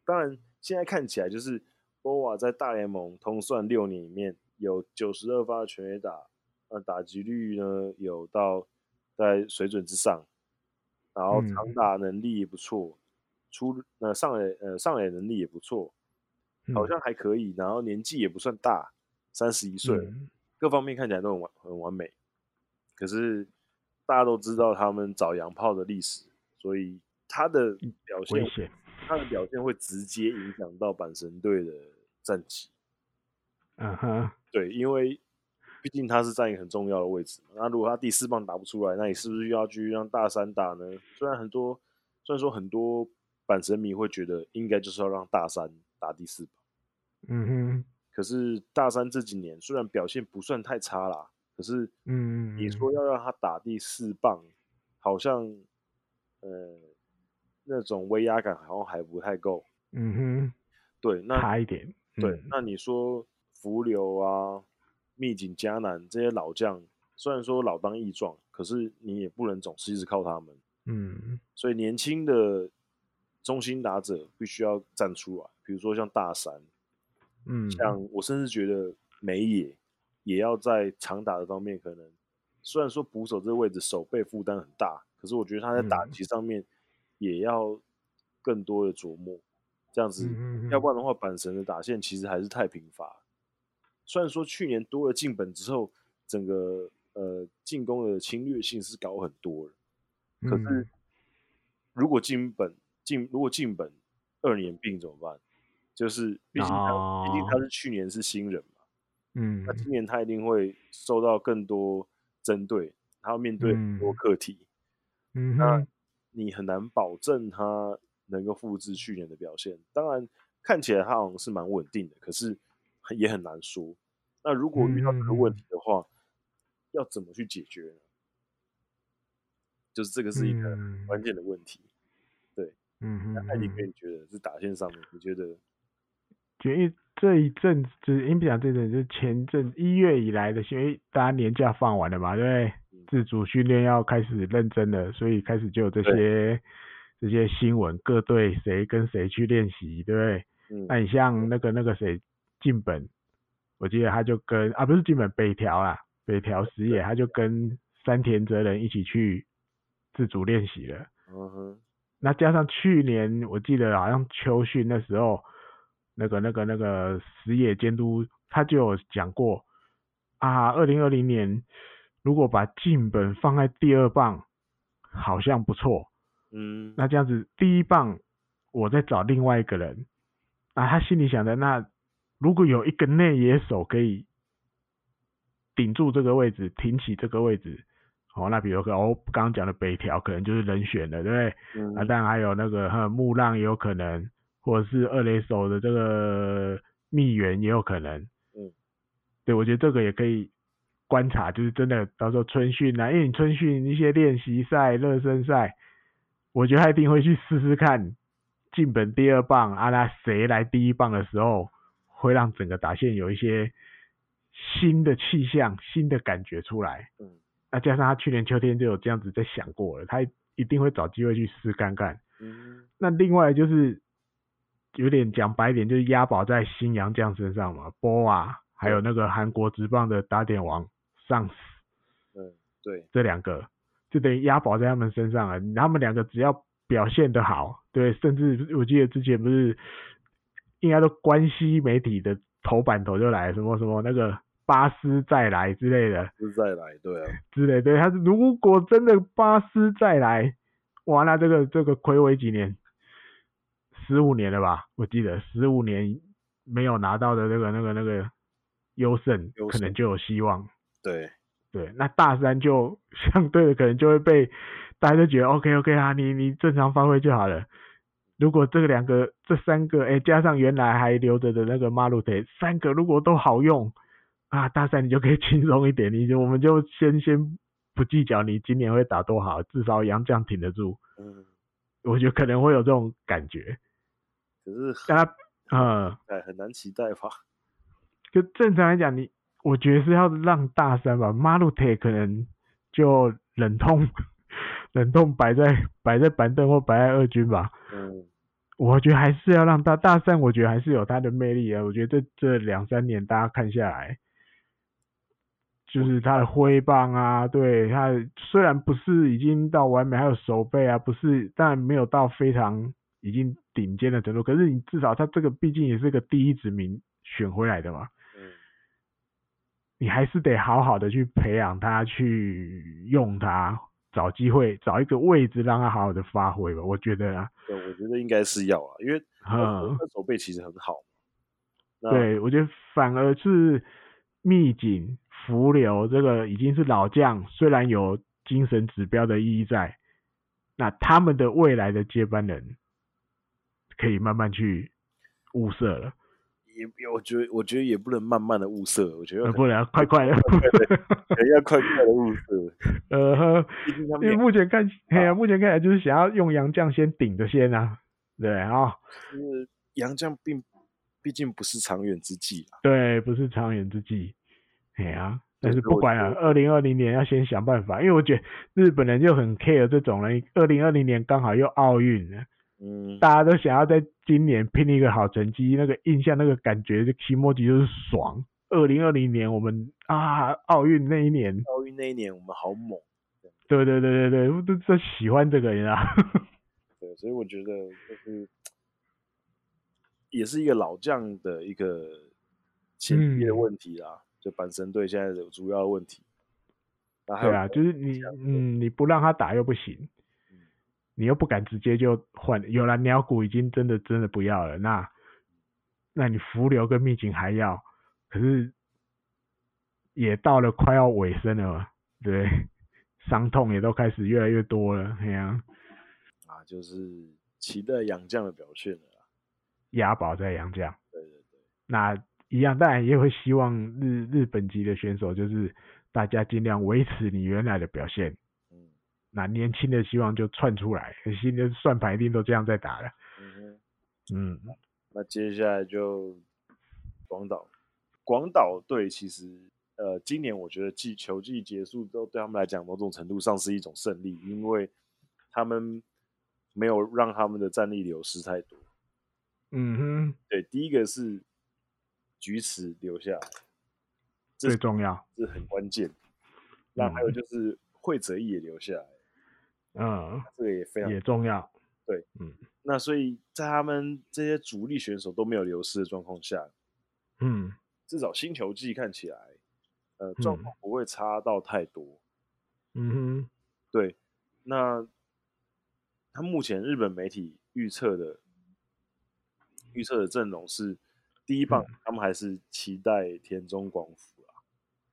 [SPEAKER 1] 当然，现在看起来就是波瓦在大联盟通算六年里面有九十二发的全垒打，那打击率呢有到在水准之上，然后
[SPEAKER 2] 嗯
[SPEAKER 1] 长打能力也不错，出呃上垒呃上垒能力也不错，
[SPEAKER 2] 嗯
[SPEAKER 1] 好像还可以，然后年纪也不算大，三十一岁了，
[SPEAKER 2] 嗯
[SPEAKER 1] 各方面看起来都很完很完美。可是大家都知道他们找洋炮的历史，所以他的
[SPEAKER 2] 嗯
[SPEAKER 1] 表现
[SPEAKER 2] 危险，
[SPEAKER 1] 他的表现会直接影响到阪神队的战绩。
[SPEAKER 2] 嗯哼，
[SPEAKER 1] 对，因为毕竟他是占一个很重要的位置嘛。那如果他第四棒打不出来，那你是不是又要去让大山打呢？虽然很多，虽然说很多阪神迷会觉得应该就是要让大山打第四棒，
[SPEAKER 2] 嗯哼，
[SPEAKER 1] 可是大山这几年虽然表现不算太差啦，可可是，
[SPEAKER 2] 嗯，
[SPEAKER 1] 你说要让他打第四棒，好像呃那种威压感好像还不太够。
[SPEAKER 2] 嗯
[SPEAKER 1] 对，
[SPEAKER 2] 哼，
[SPEAKER 1] 那
[SPEAKER 2] 差一点，
[SPEAKER 1] 对
[SPEAKER 2] 嗯，
[SPEAKER 1] 那你说福流啊、密景、迦南这些老将，虽然说老当益壮，可是你也不能总是一直靠他们，
[SPEAKER 2] 嗯
[SPEAKER 1] 所以年轻的中心打者必须要站出来，比如说像大山，
[SPEAKER 2] 嗯，
[SPEAKER 1] 像我甚至觉得美野也要在长打的方面，可能虽然说捕手这个位置手背负担很大，可是我觉得他在
[SPEAKER 2] 嗯
[SPEAKER 1] 打击上面也要更多的琢磨，这样子，
[SPEAKER 2] 嗯嗯嗯
[SPEAKER 1] 要不然的话，阪神的打线其实还是太贫乏。虽然说去年多了进本之后，整个呃进攻的侵略性是高很多了，可是
[SPEAKER 2] 嗯
[SPEAKER 1] 如果进本进如果进本二年病怎么办？就是毕竟他、毕竟他是去年是新人嘛，
[SPEAKER 2] 哦嗯
[SPEAKER 1] 那今年他一定会受到更多针对，他要面对很多
[SPEAKER 2] 嗯
[SPEAKER 1] 课题，
[SPEAKER 2] 嗯
[SPEAKER 1] 那
[SPEAKER 2] 哼，
[SPEAKER 1] 你很难保证他能够复制去年的表现。当然，看起来他好像是蛮稳定的，可是很也很难说。那如果遇到这个
[SPEAKER 2] 嗯
[SPEAKER 1] 问题的话，要怎么去解决呢？就是这个是一个
[SPEAKER 2] 嗯
[SPEAKER 1] 关键的问题。
[SPEAKER 2] 嗯哼，
[SPEAKER 1] 那艾迪
[SPEAKER 2] 嗯
[SPEAKER 1] 哥，你觉得是打线上面，你觉得
[SPEAKER 2] 就因为这一阵子，就是因为不讲这一阵子，就是前阵一月以来的，因为大家年假放完了嘛，对不对？
[SPEAKER 1] 嗯
[SPEAKER 2] 自主训练要开始认真了，所以开始就有这
[SPEAKER 1] 对
[SPEAKER 2] 些这些新闻，各队谁跟谁去练习，对不对？
[SPEAKER 1] 嗯
[SPEAKER 2] 那你像那个那个谁进本，我记得他就跟啊不是进本北条啦，北条实
[SPEAKER 1] 对
[SPEAKER 2] 野他就跟山田哲人一起去自主练习了。
[SPEAKER 1] 嗯哼，
[SPEAKER 2] 那加上去年，我记得好像秋训那时候，那个那个那个石野监督他就有讲过啊，二零二零年如果把进本放在第二棒，好像不错。
[SPEAKER 1] 嗯，
[SPEAKER 2] 那这样子，第一棒我再找另外一个人啊，他心里想的那如果有一个内野手可以顶住这个位置，挺起这个位置，哦，那比如说哦，刚刚讲的北条可能就是人选了，对不对？
[SPEAKER 1] 嗯
[SPEAKER 2] 啊，当然还有那个呃木浪也有可能，或者是二垒手的这个密园也有可能。
[SPEAKER 1] 嗯，
[SPEAKER 2] 对，我觉得这个也可以观察，就是真的到时候春训啊，因为你春训一些练习赛、热身赛，我觉得他一定会去试试看进本第二棒啊，那谁来第一棒的时候，会让整个打线有一些新的气象、新的感觉出来。
[SPEAKER 1] 嗯
[SPEAKER 2] 那加上他去年秋天就有这样子在想过了，他一定会找机会去试看看。
[SPEAKER 1] 嗯
[SPEAKER 2] 那另外就是有点讲白一点，就是押宝在新洋将身上嘛，波啊，还有那个韩国职棒的打点王上司
[SPEAKER 1] 嗯，对，
[SPEAKER 2] 这两个，就等于押宝在他们身上啊。他们两个只要表现得好，对，甚至我记得之前不是应该都关西媒体的头版头就来什么什么那个巴斯再来之类的，
[SPEAKER 1] 就是再来，对啊，
[SPEAKER 2] 之类。对，他是如果真的巴斯再来，哇，那这个这个魁违几年，十五年了吧？我记得十五年没有拿到的那个那个那个优胜
[SPEAKER 1] 优，
[SPEAKER 2] 可能
[SPEAKER 1] 胜
[SPEAKER 2] 就有希望。
[SPEAKER 1] 对，
[SPEAKER 2] 对，那大三就 相对的可能就会被大家就觉得 OK OK 啊，你你正常发挥就好了。如果这个两个、这三个，哎，加上原来还留着的那个马路腿，三个如果都好用啊，大三你就可以 轻松一点，你就我们就先先不计较你今年会打多好，至少杨将挺得住。
[SPEAKER 1] 嗯，
[SPEAKER 2] 我觉得可能会有这种感觉，
[SPEAKER 1] 可是很
[SPEAKER 2] 但他呃，
[SPEAKER 1] 哎很难期待吧？
[SPEAKER 2] 就正常来讲，你我觉得是要让大三吧，马路铁可能就忍痛忍痛摆在摆在板凳或摆在二军吧。
[SPEAKER 1] 嗯，
[SPEAKER 2] 我觉得还是要让他大三，我觉得还是有他的魅力啊。我觉得这这两三年大家看下来，就是他的挥棒啊，对他的虽然不是已经到完美，还有手背啊，不是当然没有到非常已经顶尖的程度，可是你至少他这个毕竟也是个第一指名选回来的嘛。
[SPEAKER 1] 嗯
[SPEAKER 2] 你还是得好好的去培养他，去用他，找机会，找一个位置让他好好的发挥吧。我觉得啊，
[SPEAKER 1] 对，我觉得应该是要啊，因为他手
[SPEAKER 2] 嗯
[SPEAKER 1] 他手背其实很好。那，
[SPEAKER 2] 对我觉得反而是秘景、伏流这个已经是老将，虽然有精神指标的意义在，那他们的未来的接班人可以慢慢去物色了。
[SPEAKER 1] 也也我觉得我觉得也不能慢慢的物色，我觉得
[SPEAKER 2] 呃
[SPEAKER 1] 要
[SPEAKER 2] 不然快快的，
[SPEAKER 1] 可能要快快的物色，
[SPEAKER 2] 呃呵，
[SPEAKER 1] 毕竟他们
[SPEAKER 2] 因为
[SPEAKER 1] 也
[SPEAKER 2] 目前看，哎呀，目前看起来就是想要用洋将先顶着先啊，对啊、
[SPEAKER 1] 是杨绛并毕竟不是长远之计啦。
[SPEAKER 2] 对，不是长远之计，哎呀，但
[SPEAKER 1] 对
[SPEAKER 2] 是
[SPEAKER 1] 所以
[SPEAKER 2] 不
[SPEAKER 1] 我
[SPEAKER 2] 管
[SPEAKER 1] 觉
[SPEAKER 2] 了，
[SPEAKER 1] 得
[SPEAKER 2] 二零二零年要先想办法，因为我觉得日本人就很 care 这种人，二零二零年刚好又奥运了，
[SPEAKER 1] 嗯，
[SPEAKER 2] 大家都想要在今年拼一个好成绩，那个印象、那个感觉，就期末级就是爽。二零二零年我们啊，奥运那一年，
[SPEAKER 1] 奥运那一年我们好猛，
[SPEAKER 2] 对对对对对，我都都喜欢这个人啊，
[SPEAKER 1] 对，所以我觉得就是也是一个老将的一个前期的
[SPEAKER 2] 嗯
[SPEAKER 1] 问题啦，就阪神队现在的主要的问题。那还有
[SPEAKER 2] 对啊，
[SPEAKER 1] 个
[SPEAKER 2] 就是你
[SPEAKER 1] 这样子
[SPEAKER 2] 嗯，你不让他打又不行
[SPEAKER 1] 嗯，
[SPEAKER 2] 你又不敢直接就换。有了鸟骨已经真的真的不要了，那那你浮流跟秘境还要，可是也到了快要尾声了嘛，对，伤痛也都开始越来越多了，哎呀、
[SPEAKER 1] 啊，就是期待杨绛的表现了啦。
[SPEAKER 2] 押宝在杨将，
[SPEAKER 1] 对对对，
[SPEAKER 2] 那一样，当然也会希望日日本籍的选手就是大家尽量维持你原来的表现，
[SPEAKER 1] 嗯
[SPEAKER 2] 那年轻的希望就窜出来，新的算盘一定都这样在打了。
[SPEAKER 1] 嗯哼，
[SPEAKER 2] 嗯，
[SPEAKER 1] 那接下来就广岛，广岛队其实呃，今年我觉得季球季结束都对他们来讲，某种程度上是一种胜利，因为他们没有让他们的战力流失太多。
[SPEAKER 2] 嗯哼，
[SPEAKER 1] 对，第一个是菊池留下来，这
[SPEAKER 2] 最重要。
[SPEAKER 1] 这很关键。那还有就是惠泽义也留下来，
[SPEAKER 2] 嗯，
[SPEAKER 1] 这个也非常
[SPEAKER 2] 也重要。
[SPEAKER 1] 那所以在他们这些主力选手都没有流失的状况下，
[SPEAKER 2] 嗯，
[SPEAKER 1] 至少新球季看起来，呃，状况不会差到太多。
[SPEAKER 2] 嗯哼，
[SPEAKER 1] 对，那他目前日本媒体预测的预测的阵容是第一
[SPEAKER 2] 嗯
[SPEAKER 1] 棒，他们还是期待田中广辅啊，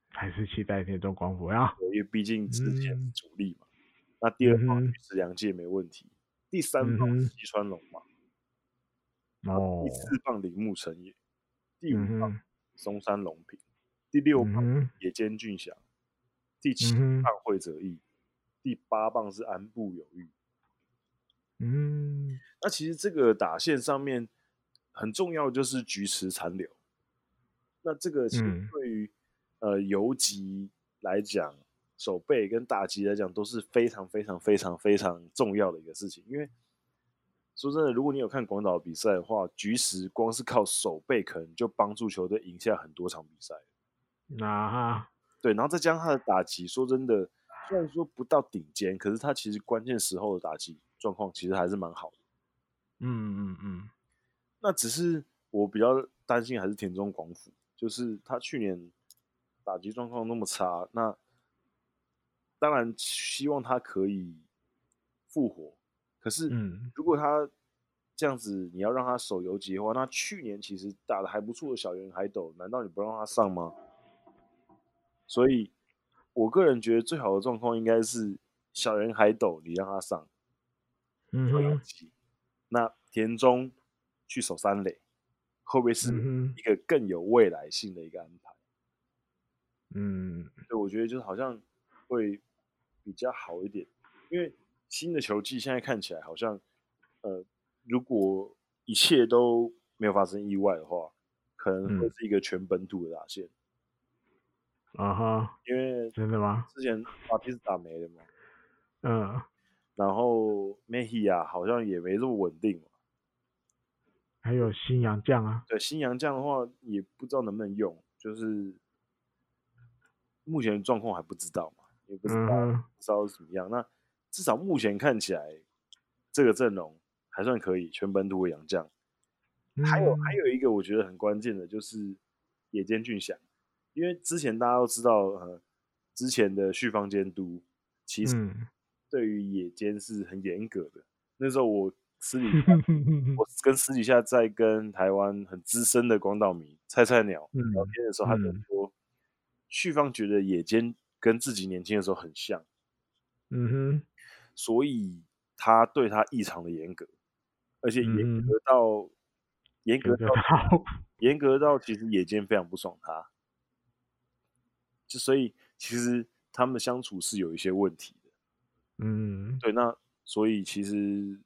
[SPEAKER 2] 还是期待田中光辅啊。
[SPEAKER 1] 因为毕竟之前是
[SPEAKER 2] 嗯
[SPEAKER 1] 主力嘛。那第二棒
[SPEAKER 2] 嗯哼
[SPEAKER 1] 是良介没问题，第三棒
[SPEAKER 2] 嗯
[SPEAKER 1] 是
[SPEAKER 2] 哼
[SPEAKER 1] 西川龙嘛，
[SPEAKER 2] 哦
[SPEAKER 1] 第，四棒铃木成也，第
[SPEAKER 2] 嗯
[SPEAKER 1] 五棒
[SPEAKER 2] 哼，
[SPEAKER 1] 松山龙平，第六
[SPEAKER 2] 嗯
[SPEAKER 1] 棒
[SPEAKER 2] 哼，
[SPEAKER 1] 野间俊祥，第七
[SPEAKER 2] 嗯哼
[SPEAKER 1] 棒惠泽义，第八棒是安部有裕。
[SPEAKER 2] 嗯，
[SPEAKER 1] 那其实这个打线上面很重要，就是菊池残留。那这个其实
[SPEAKER 2] 嗯
[SPEAKER 1] 对于、呃游击来讲，守备跟打击来讲都是非常非常非常非常重要的一个事情。因为说真的，如果你有看广岛比赛的话，菊池光是靠守备可能就帮助球队赢下很多场比赛。
[SPEAKER 2] 那嗯啊哈，
[SPEAKER 1] 对，然后再加上他的打击，说真的，虽然说不到顶尖，可是他其实关键时候的打击状况其实还是蛮好的。
[SPEAKER 2] 嗯嗯嗯，
[SPEAKER 1] 那只是我比较担心还是田中广辅，就是他去年打击状况那么差，那当然希望他可以复活。可是
[SPEAKER 2] 嗯
[SPEAKER 1] 如果他这样子，你要让他守游击的话，那去年其实打的还不错的小圆海斗，难道你不让他上吗？所以，我个人觉得最好的状况应该是小圆海斗，你让他上，
[SPEAKER 2] 嗯
[SPEAKER 1] 会有
[SPEAKER 2] 哼，
[SPEAKER 1] 机。那田中去守三垒，会不会是
[SPEAKER 2] 嗯哼
[SPEAKER 1] 一个更有未来性的一个安排？
[SPEAKER 2] 嗯
[SPEAKER 1] 对，我觉得就是好像会比较好一点，因为新的球季现在看起来好像，呃，如果一切都没有发生意外的话，可能会
[SPEAKER 2] 嗯
[SPEAKER 1] 是一个全本土的打线，
[SPEAKER 2] 啊哈，
[SPEAKER 1] 因为
[SPEAKER 2] 真的吗？
[SPEAKER 1] 之前把皮斯打没了嘛，
[SPEAKER 2] 嗯，
[SPEAKER 1] 然后 Mejia 好像也没这么稳定嘛，
[SPEAKER 2] 还有新洋将啊，
[SPEAKER 1] 对新洋将的话，也不知道能不能用，就是目前的状况还不知道嘛，也不知道、
[SPEAKER 2] 嗯哼
[SPEAKER 1] 不知道是怎么样。那至少目前看起来，这个阵容还算可以，全本土的洋将。还有还
[SPEAKER 2] 有，
[SPEAKER 1] 有一个我觉得很关键的就是野间俊祥，因为之前大家都知道，呃，之前的旭方监督其实
[SPEAKER 2] 嗯，
[SPEAKER 1] 对于野间是很严格的。那时候我私底 下
[SPEAKER 2] 嗯
[SPEAKER 1] 我跟私底下在跟台湾很资深的广岛迷菜菜鸟
[SPEAKER 2] 嗯
[SPEAKER 1] 聊天的时候，他就
[SPEAKER 2] 嗯
[SPEAKER 1] 说，旭方觉得野间跟自己年轻的时候很像，
[SPEAKER 2] 嗯哼，
[SPEAKER 1] 所以他对他异常的严格，而且严
[SPEAKER 2] 嗯哼
[SPEAKER 1] 格到严格
[SPEAKER 2] 有
[SPEAKER 1] 到
[SPEAKER 2] 道
[SPEAKER 1] 严格到其实野间非常不爽他，就所以其实他们相处是有一些问题的。
[SPEAKER 2] 嗯，
[SPEAKER 1] 对，那所以其实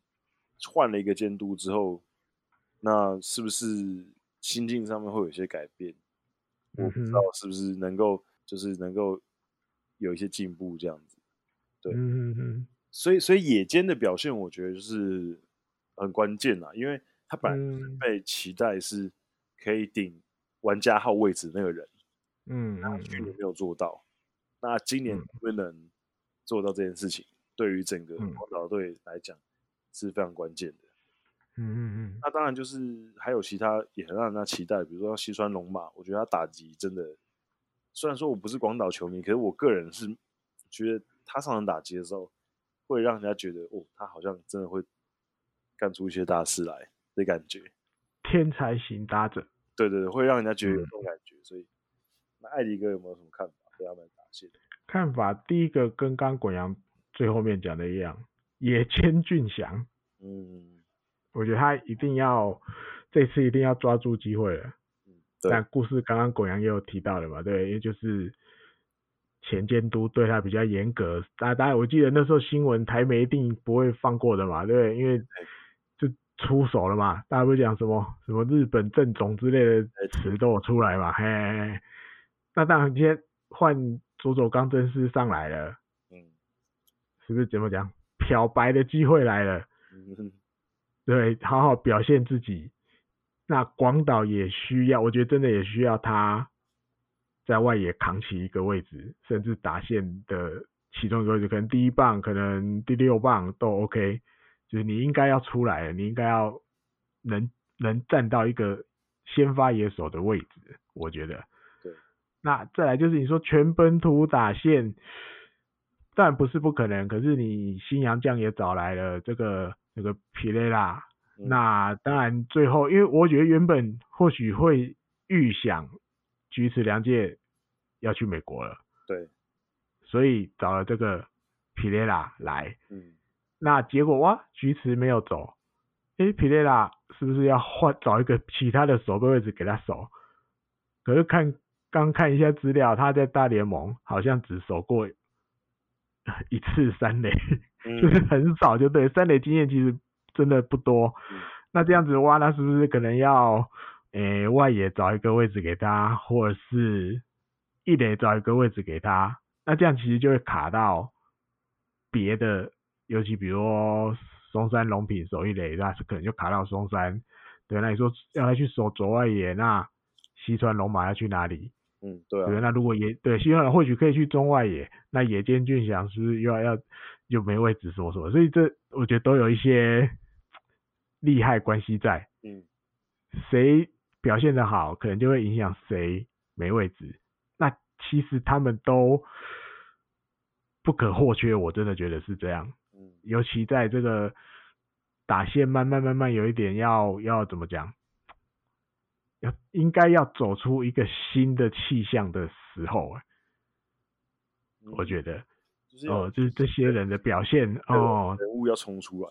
[SPEAKER 1] 换了一个监督之后，那是不是心境上面会有一些改变？我不知道
[SPEAKER 2] 嗯
[SPEAKER 1] 是不是能够就是能够有一些进步这样子。对
[SPEAKER 2] 嗯嗯嗯
[SPEAKER 1] 所以，所以野间的表现，我觉得就是很关键啦，因为他本来就是
[SPEAKER 2] 嗯
[SPEAKER 1] 被期待是可以顶玩家号位置那个人，
[SPEAKER 2] 嗯
[SPEAKER 1] 那
[SPEAKER 2] 嗯
[SPEAKER 1] 去年没有做到，那今年能不能做到这件事情，对于整个
[SPEAKER 2] 嗯
[SPEAKER 1] 广岛队来讲是非常关键的。
[SPEAKER 2] 嗯嗯
[SPEAKER 1] 那当然就是还有其他也很让人家期待，比如说西川龙马，我觉得他打击真的，虽然说我不是广岛球迷，可是我个人是觉得他上场打击的时候，会让人家觉得哦，他好像真的会干出一些大事来的感觉。
[SPEAKER 2] 天才型打者，
[SPEAKER 1] 对对对，会让人家觉得有
[SPEAKER 2] 嗯
[SPEAKER 1] 这种感觉。所以，那艾迪哥有没有什么看法？对他们的打线？
[SPEAKER 2] 看法第一个跟刚滚阳最后面讲的一样， 野千俊祥，
[SPEAKER 1] 嗯，
[SPEAKER 2] 我觉得他一定要这次一定要抓住机会了。
[SPEAKER 1] 嗯对，
[SPEAKER 2] 但故事刚刚狗阳也有提到了嘛，对，因为就是前监督对他比较严格，当当然我记得那时候新闻台媒一定不会放过的嘛，对，因为就出手了嘛，大家不是讲什么什么日本正种之类的词都有出来嘛，嘿嘿，嘿那当然今天换佐佐刚真司上来了，
[SPEAKER 1] 嗯
[SPEAKER 2] 是不是怎么讲漂白的机会来了？
[SPEAKER 1] 嗯哼
[SPEAKER 2] 对，好好表现自己。那广岛也需要，我觉得真的也需要他在外野扛起一个位置，甚至打线的其中一个位置，可能第一棒，可能第六棒都 OK。就是你应该要出来了，你应该要能能站到一个先发野手的位置，我觉得。
[SPEAKER 1] 对。
[SPEAKER 2] 那再来就是你说全本土打线，当然不是不可能，可是你新洋将也找来了这个这个皮雷拉，
[SPEAKER 1] 嗯
[SPEAKER 2] 那当然最后，因为我觉得原本或许会预想菊池良介要去美国了，
[SPEAKER 1] 对，
[SPEAKER 2] 所以找了这个皮雷拉来，
[SPEAKER 1] 嗯
[SPEAKER 2] 那结果哇，菊池没有走，诶，皮雷拉是不是要换找一个其他的守备位置给他守？可是看刚看一下资料，他在大联盟好像只守过一次三垒，就
[SPEAKER 1] 嗯
[SPEAKER 2] 是很少，就对三垒经验其实真的不多。
[SPEAKER 1] 嗯
[SPEAKER 2] 那这样子哇，那是不是可能要诶、外野找一个位置给他，或者是一垒找一个位置给他？那这样其实就会卡到别的，尤其比如说松山龙品守一垒，那是可能就卡到松山。对，那你说要他去守左外野，那西川龙马要去哪里？
[SPEAKER 1] 嗯， 对
[SPEAKER 2] 对，
[SPEAKER 1] 啊，
[SPEAKER 2] 那如果野对西川或许可以去中外野，那野间俊祥是不是又要要又没位置什么什么？所以这我觉得都有一些利害关系在，
[SPEAKER 1] 嗯
[SPEAKER 2] 谁表现的好，可能就会影响谁没位置。那其实他们都不可或缺，我真的觉得是这样。
[SPEAKER 1] 嗯
[SPEAKER 2] 尤其在这个打线慢慢慢慢有一点要要怎么讲，要应该要走出一个新的气象的时候、欸，
[SPEAKER 1] 嗯，
[SPEAKER 2] 我觉得
[SPEAKER 1] 就是要
[SPEAKER 2] 哦，就是这些人的表现
[SPEAKER 1] 那个
[SPEAKER 2] 哦，
[SPEAKER 1] 人物要冲出来，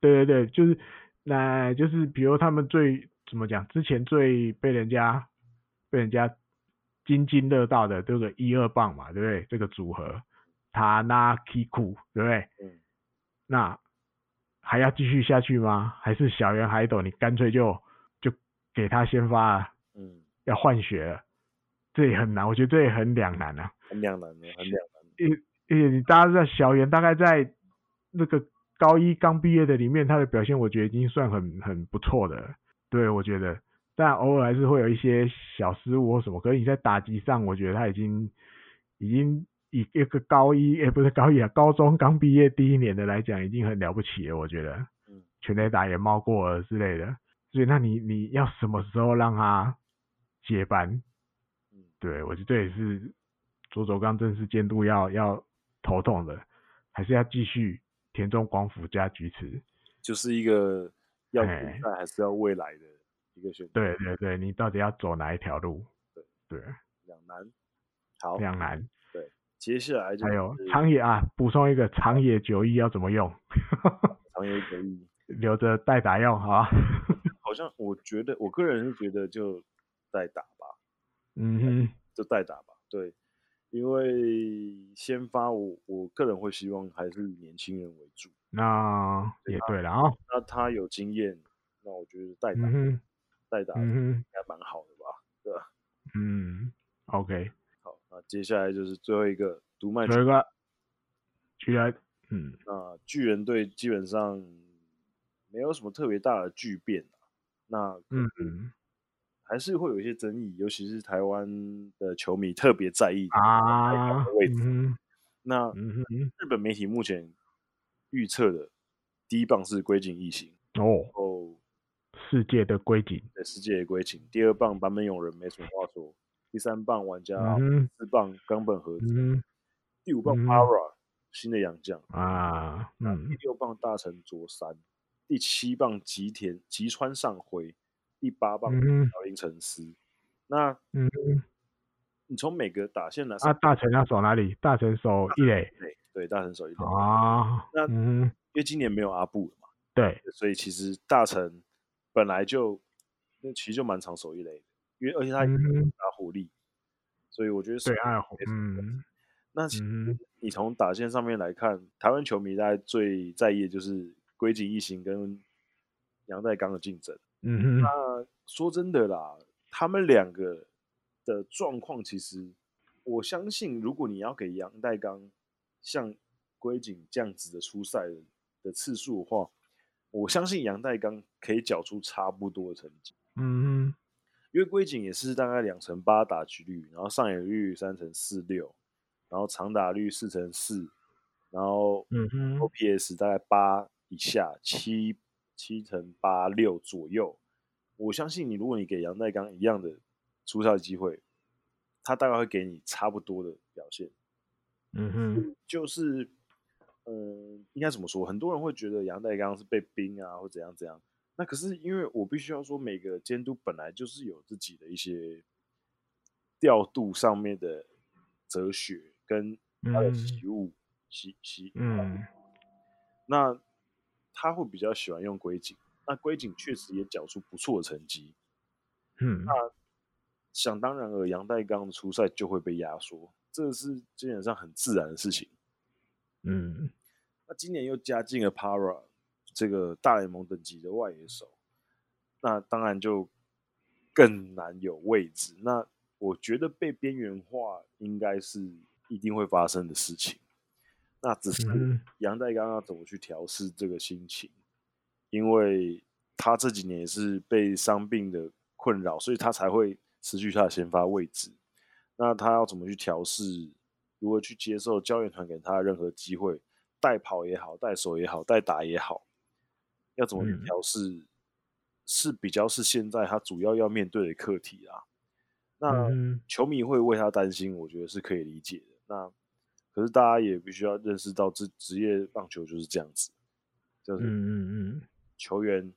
[SPEAKER 2] 对对对，就是那就是比如他们最怎么讲，之前最被人家被人家津津乐道的这个一二棒嘛，对不对？这个组合塔纳基库，对不对？
[SPEAKER 1] 嗯
[SPEAKER 2] 那还要继续下去吗？还是小圆海斗你干脆就就给他先发了，
[SPEAKER 1] 嗯，
[SPEAKER 2] 要换血了？这也很难，我觉得这也很两难啊。
[SPEAKER 1] 很两难的，很两难的。
[SPEAKER 2] 而且你大家知道小圆大概在那个高一刚毕业的里面，他的表现我觉得已经算很很不错的了，对我觉得，但偶尔还是会有一些小失误或什么。可是你在打击上，我觉得他已经已经以一个高一，哎、不是高一啊，高中刚毕业第一年的来讲，已经很了不起了，我觉得
[SPEAKER 1] 嗯，
[SPEAKER 2] 全垒打也冒过了之类的。所以那你你要什么时候让他接班？
[SPEAKER 1] 嗯
[SPEAKER 2] 对，我觉得这也是佐佐刚正式监督要要头痛的，还是要继续田中广辅加菊池。
[SPEAKER 1] 就是一个要
[SPEAKER 2] 哎
[SPEAKER 1] 现在还是要未来的一个选择，
[SPEAKER 2] 对对对，你到底要走哪一条路？对，
[SPEAKER 1] 两难。好
[SPEAKER 2] 非，常难。
[SPEAKER 1] 接下来就
[SPEAKER 2] 还有
[SPEAKER 1] 是
[SPEAKER 2] 长野啊，补充一个长野久一要怎么用，
[SPEAKER 1] 长野久一，
[SPEAKER 2] 留着代打用好吧？
[SPEAKER 1] 好好像我觉得，我个人是觉得就代打吧，
[SPEAKER 2] 嗯哼，
[SPEAKER 1] 就代打吧。对，因为先发我我个人会希望还是以年轻人为主。
[SPEAKER 2] 那也对了啊、
[SPEAKER 1] 那他有经验，那我觉得代打、
[SPEAKER 2] 嗯哼，
[SPEAKER 1] 代打
[SPEAKER 2] 嗯
[SPEAKER 1] 应
[SPEAKER 2] 哼，
[SPEAKER 1] 该蛮好的吧。
[SPEAKER 2] 嗯，OK，
[SPEAKER 1] 好，那接下来就是最后一个独卖
[SPEAKER 2] 有一个居然，嗯，
[SPEAKER 1] 那巨人队基本上没有什么特别大的巨变、啊、那
[SPEAKER 2] 嗯嗯
[SPEAKER 1] 还是会有一些争议，尤其是台湾的球迷特别在意。
[SPEAKER 2] 啊，
[SPEAKER 1] 位置
[SPEAKER 2] 嗯
[SPEAKER 1] 那
[SPEAKER 2] 哼嗯哼
[SPEAKER 1] 日本媒体目前预测的第一棒是龟井义行，
[SPEAKER 2] 哦，
[SPEAKER 1] 然后
[SPEAKER 2] 世界的归井，
[SPEAKER 1] 对世界也龟井，第二棒坂本勇人没什么话说，第三棒玩家
[SPEAKER 2] 嗯，哼
[SPEAKER 1] 四棒冈本和子，
[SPEAKER 2] 嗯
[SPEAKER 1] 第五棒
[SPEAKER 2] 嗯
[SPEAKER 1] Para、新的洋将，
[SPEAKER 2] 哼啊，
[SPEAKER 1] 那
[SPEAKER 2] 嗯
[SPEAKER 1] 第六棒大城卓三，第七棒吉田吉川上辉，第八棒
[SPEAKER 2] 嗯哼
[SPEAKER 1] 小林诚司。那
[SPEAKER 2] 嗯哼，
[SPEAKER 1] 你从每个打线来
[SPEAKER 2] 啊，大成要守哪里？大成守一垒
[SPEAKER 1] 对对大城手一垒，
[SPEAKER 2] 啊
[SPEAKER 1] 那，
[SPEAKER 2] 嗯哼，
[SPEAKER 1] 因为今年没有阿布了嘛，
[SPEAKER 2] 对，
[SPEAKER 1] 所以其实大城本来就那其实就蛮常守一垒的，因为而且他也
[SPEAKER 2] 嗯哼
[SPEAKER 1] 打火力，所以我觉得
[SPEAKER 2] 对，
[SPEAKER 1] 守
[SPEAKER 2] 爱
[SPEAKER 1] 垒
[SPEAKER 2] 红
[SPEAKER 1] 没，什么问题
[SPEAKER 2] 嗯
[SPEAKER 1] 那其
[SPEAKER 2] 嗯
[SPEAKER 1] 实你从打线上面来看，台湾球迷大概最在意的就是龟井义行跟杨代刚的竞争。
[SPEAKER 2] 嗯哼，
[SPEAKER 1] 那说真的啦，他们两个的状况，其实我相信，如果你要给杨代刚像龟井这样子的出赛的的次数的话，我相信杨代刚可以缴出差不多的成绩，
[SPEAKER 2] 嗯
[SPEAKER 1] 因为龟井也是大概两成八打局率，然后上垒率三成四六，然后长打率四成四，然后
[SPEAKER 2] 哼，嗯哼，
[SPEAKER 1] OPS 大概八以下，七七乘八六左右。我相信你，如果你给杨代刚一样的出赛机会，他大概会给你差不多的表现。
[SPEAKER 2] 嗯哼，
[SPEAKER 1] 就是，嗯，应该怎么说？很多人会觉得杨代刚是被冰啊，或怎样怎样。那可是因为我必须要说，每个监督本来就是有自己的一些调度上面的哲学跟他的
[SPEAKER 2] 嗯
[SPEAKER 1] 习物习习
[SPEAKER 2] 嗯
[SPEAKER 1] 那他会比较喜欢用龟井，那龟井确实也缴出不错的成绩。
[SPEAKER 2] 嗯，
[SPEAKER 1] 想当然而杨代刚的出赛就会被压缩，这是基本上很自然的事情。
[SPEAKER 2] 嗯
[SPEAKER 1] 那今年又加进了 Para 这个大联盟等级的外野手，那当然就更难有位置。那我觉得被边缘化应该是一定会发生的事情。那只是
[SPEAKER 2] 嗯
[SPEAKER 1] 杨代刚要怎么去调试这个心情，因为他这几年也是被伤病的困扰，所以他才会失去他的先发位置。那他要怎么去调试？如何去接受教练团给他的任何机会，带跑也好，带手也好，带打也好，要怎么去
[SPEAKER 2] 嗯
[SPEAKER 1] 调试，是比较是现在他主要要面对的课题啦。那
[SPEAKER 2] 嗯
[SPEAKER 1] 球迷会为他担心，我觉得是可以理解的。那可是大家也必须要认识到，这职业棒球就是这样子，就
[SPEAKER 2] 嗯
[SPEAKER 1] 是
[SPEAKER 2] 嗯嗯
[SPEAKER 1] 球员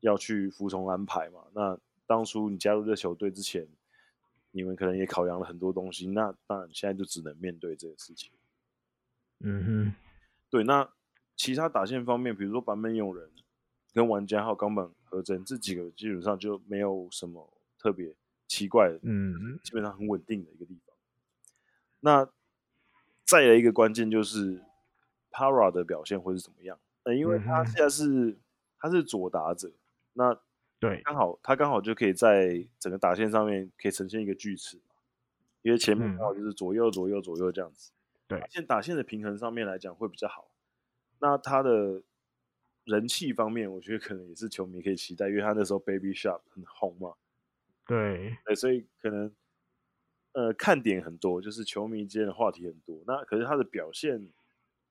[SPEAKER 1] 要去服从安排嘛。那当初你加入这球队之前，你们可能也考量了很多东西，那当然现在就只能面对这个事情。
[SPEAKER 2] 嗯哼，
[SPEAKER 1] 对，那其他打线方面，比如说版本勇人跟玩家还有冈本和真这几个，基本上就没有什么特别奇怪的，
[SPEAKER 2] 嗯
[SPEAKER 1] 基本上很稳定的一个地方。那再来一个关键就是 Para 的表现会是怎么样？呃，因为他
[SPEAKER 2] 嗯哼
[SPEAKER 1] 现在是他是左打者，那
[SPEAKER 2] 对，
[SPEAKER 1] 刚好他刚好就可以在整个打线上面可以呈现一个锯齿嘛，因为前面
[SPEAKER 2] 嗯
[SPEAKER 1] 刚好就是左右左右左右这样子。
[SPEAKER 2] 对
[SPEAKER 1] 打线打线的平衡上面来讲会比较好。那他的人气方面，我觉得可能也是球迷可以期待，因为他那时候 Baby Shark 很红嘛，
[SPEAKER 2] 对，
[SPEAKER 1] 对，所以可能呃看点很多，就是球迷之间的话题很多。那可是他的表现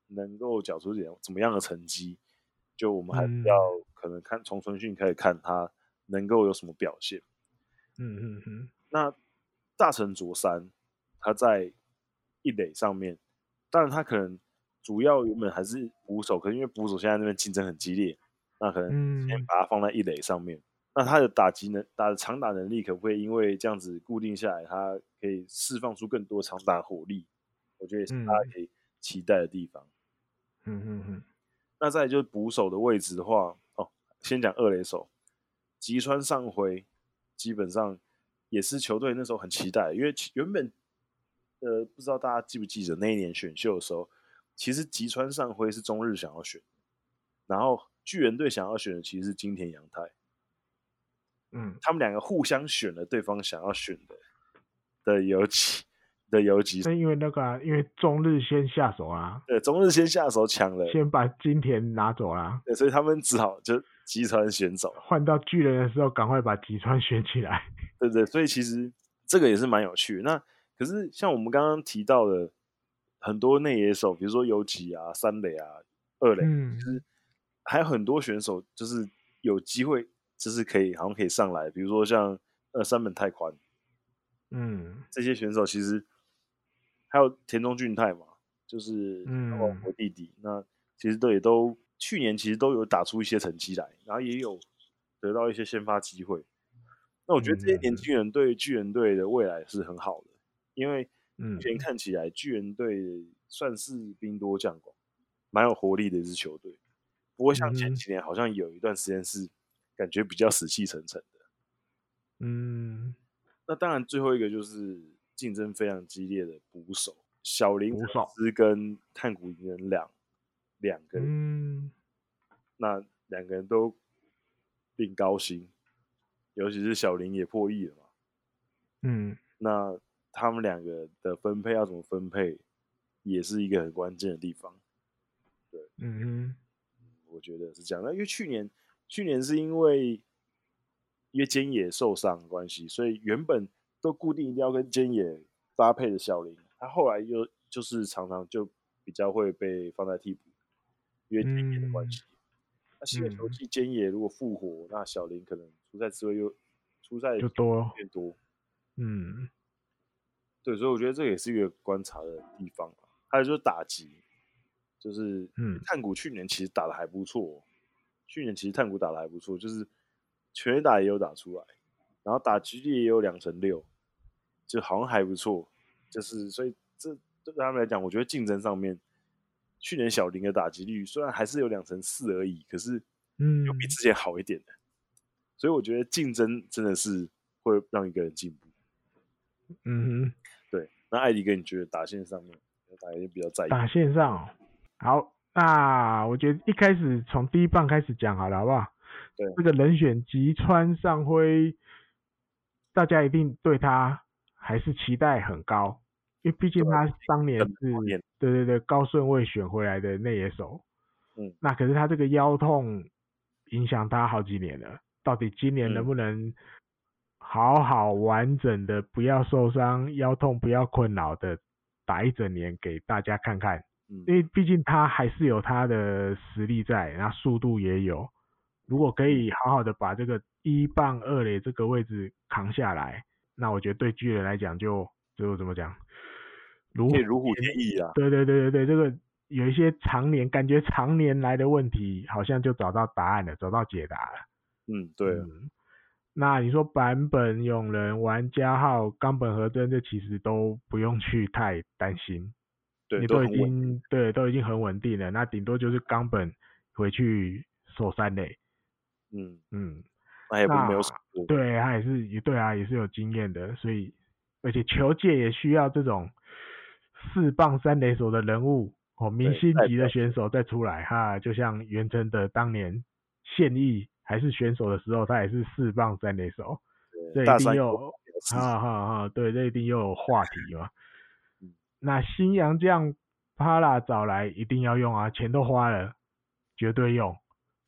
[SPEAKER 1] 能够缴出点怎么样的成绩，就我们还是
[SPEAKER 2] 嗯
[SPEAKER 1] 要可能看从春训开始看他能够有什么表现。
[SPEAKER 2] 嗯嗯嗯
[SPEAKER 1] 那大成卓三他在一垒上面，当然他可能主要原本还是捕手，可是因为捕手现在那边竞争很激烈，那可能先
[SPEAKER 2] 嗯
[SPEAKER 1] 把它放在一垒上面。那他的打击能打的长打能力可不可以因为这样子固定下来，他可以释放出更多长打火力？我觉得也是大家可以期待的地方。
[SPEAKER 2] 嗯嗯
[SPEAKER 1] 那再来就是捕手的位置的话，哦，先讲二垒手，吉川上回基本上也是球队那时候很期待，因为其原本呃不知道大家记不记得那一年选秀的时候，其实吉川上辉是中日想要选，然后巨人队想要选的其实是金田洋太，
[SPEAKER 2] 嗯，
[SPEAKER 1] 他们两个互相选了对方想要选的的游击的游击手，
[SPEAKER 2] 那因为那个、啊，因为中日先下手啊，
[SPEAKER 1] 对，中日先下手抢了，
[SPEAKER 2] 先把金田拿走啊啦、
[SPEAKER 1] 对，所以他们只好就集团选走。
[SPEAKER 2] 换到巨人的时候，赶快把吉川选起来。
[SPEAKER 1] 对对，所以其实这个也是蛮有趣的。那可是像我们刚刚提到的很多内野手，比如说游击啊、三垒啊、二垒，
[SPEAKER 2] 嗯，
[SPEAKER 1] 还有很多选手就是有机会，就是可以好像可以上来，比如说像呃三本太宽
[SPEAKER 2] 嗯，
[SPEAKER 1] 这些选手，其实还有田中俊太嘛，就是然后
[SPEAKER 2] 嗯
[SPEAKER 1] 我弟弟，那其实都也都去年其实都有打出一些成绩来，然后也有得到一些先发机会。那我觉得这些年
[SPEAKER 2] 嗯
[SPEAKER 1] 轻人对巨人队的未来是很好的，因为目
[SPEAKER 2] 嗯
[SPEAKER 1] 前看起来巨人队算是兵多将广，蛮有活力的一支球队。不过像
[SPEAKER 2] 嗯
[SPEAKER 1] 前
[SPEAKER 2] 哼
[SPEAKER 1] 几年好像有一段时间是感觉比较死气沉沉的。
[SPEAKER 2] 嗯，
[SPEAKER 1] 那当然最后一个就是竞争非常激烈的捕手小林
[SPEAKER 2] 捕
[SPEAKER 1] 哲
[SPEAKER 2] 手
[SPEAKER 1] 司跟炭谷银人两两个人，
[SPEAKER 2] 嗯，
[SPEAKER 1] 那两个人都领高薪，尤其是小林也破亿了嘛。
[SPEAKER 2] 嗯，
[SPEAKER 1] 那他们两个的分配要怎么分配，也是一个很关键的地方。
[SPEAKER 2] 嗯
[SPEAKER 1] 我觉得是这样。那因为去年去年是因为因为菅野受伤的关系，所以原本都固定一定要跟菅野搭配的小林，他后来又就是常常就比较会被放在替补，因为菅野的关
[SPEAKER 2] 嗯
[SPEAKER 1] 系。那新的球季菅野如果复活，那小林可能出赛机会又出赛
[SPEAKER 2] 哼，就多，
[SPEAKER 1] 变多。
[SPEAKER 2] 嗯
[SPEAKER 1] 对，所以我觉得这也是一个观察的地方啊。还有就是打击，就是
[SPEAKER 2] 嗯
[SPEAKER 1] 炭谷去年其实打的还不错哦、去年其实炭谷打的还不错，就是全垒打也有打出来，然后打击率也有两成六，就好像还不错。就是所以这对他们来讲，我觉得竞争上面，去年小林的打击率虽然还是有两成四而已，可是
[SPEAKER 2] 嗯
[SPEAKER 1] 有比之前好一点的。所以我觉得竞争真的是会让一个人进步。
[SPEAKER 2] 嗯哼，
[SPEAKER 1] 对，那艾迪哥，你觉得打线上面，大家就比较在意？
[SPEAKER 2] 打线上哦、好，那我觉得一开始从第一棒开始讲好了，好不好？
[SPEAKER 1] 对
[SPEAKER 2] 这个人选吉川上辉，大家一定对他还是期待很高，因为毕竟
[SPEAKER 1] 对
[SPEAKER 2] 他当年
[SPEAKER 1] 很
[SPEAKER 2] 是
[SPEAKER 1] 多年
[SPEAKER 2] 对对对高顺位选回来的内野手，
[SPEAKER 1] 嗯，
[SPEAKER 2] 那可是他这个腰痛影响他好几年了，到底今年能
[SPEAKER 1] 嗯
[SPEAKER 2] 不能好好完整的不要受伤，腰痛不要困扰的打一整年给大家看看？
[SPEAKER 1] 嗯
[SPEAKER 2] 因为毕竟他还是有他的实力在，然后速度也有。如果
[SPEAKER 1] 嗯
[SPEAKER 2] 可以好好的把这个一棒二垒这个位置扛下来，那我觉得对巨人来讲就就怎么讲，如
[SPEAKER 1] 可以如虎添翼啊，
[SPEAKER 2] 对对对对对，这个有一些常年感觉常年来的问题，好像就找到答案了，找到解答了。
[SPEAKER 1] 嗯，对啊，
[SPEAKER 2] 嗯，那你说版本、永人、玩家号、冈本和真，这其实都不用去太担心。
[SPEAKER 1] 对，
[SPEAKER 2] 你
[SPEAKER 1] 都
[SPEAKER 2] 都
[SPEAKER 1] 很
[SPEAKER 2] 已
[SPEAKER 1] 稳，
[SPEAKER 2] 经对都已经很稳定了，那顶多就是冈本回去守三垒，
[SPEAKER 1] 嗯，
[SPEAKER 2] 嗯，
[SPEAKER 1] 那也不是没有
[SPEAKER 2] 那
[SPEAKER 1] 什么，
[SPEAKER 2] 对他也是也对啊，也是有经验的，所以而且球界也需要这种四棒三垒手的人物哦，明
[SPEAKER 1] 对
[SPEAKER 2] 星
[SPEAKER 1] 代
[SPEAKER 2] 级
[SPEAKER 1] 表
[SPEAKER 2] 的选手再出来哈，就像袁成德当年现役还是选手的时候，他也是四棒三垒手，
[SPEAKER 1] 对
[SPEAKER 2] 对
[SPEAKER 1] 大
[SPEAKER 2] 一定
[SPEAKER 1] 三
[SPEAKER 2] 有
[SPEAKER 1] 有四
[SPEAKER 2] 哈哈哈，对，这一定又有话题嘛
[SPEAKER 1] 嗯。
[SPEAKER 2] 那新洋将帕拉找来一定要用啊，钱都花了，绝对用，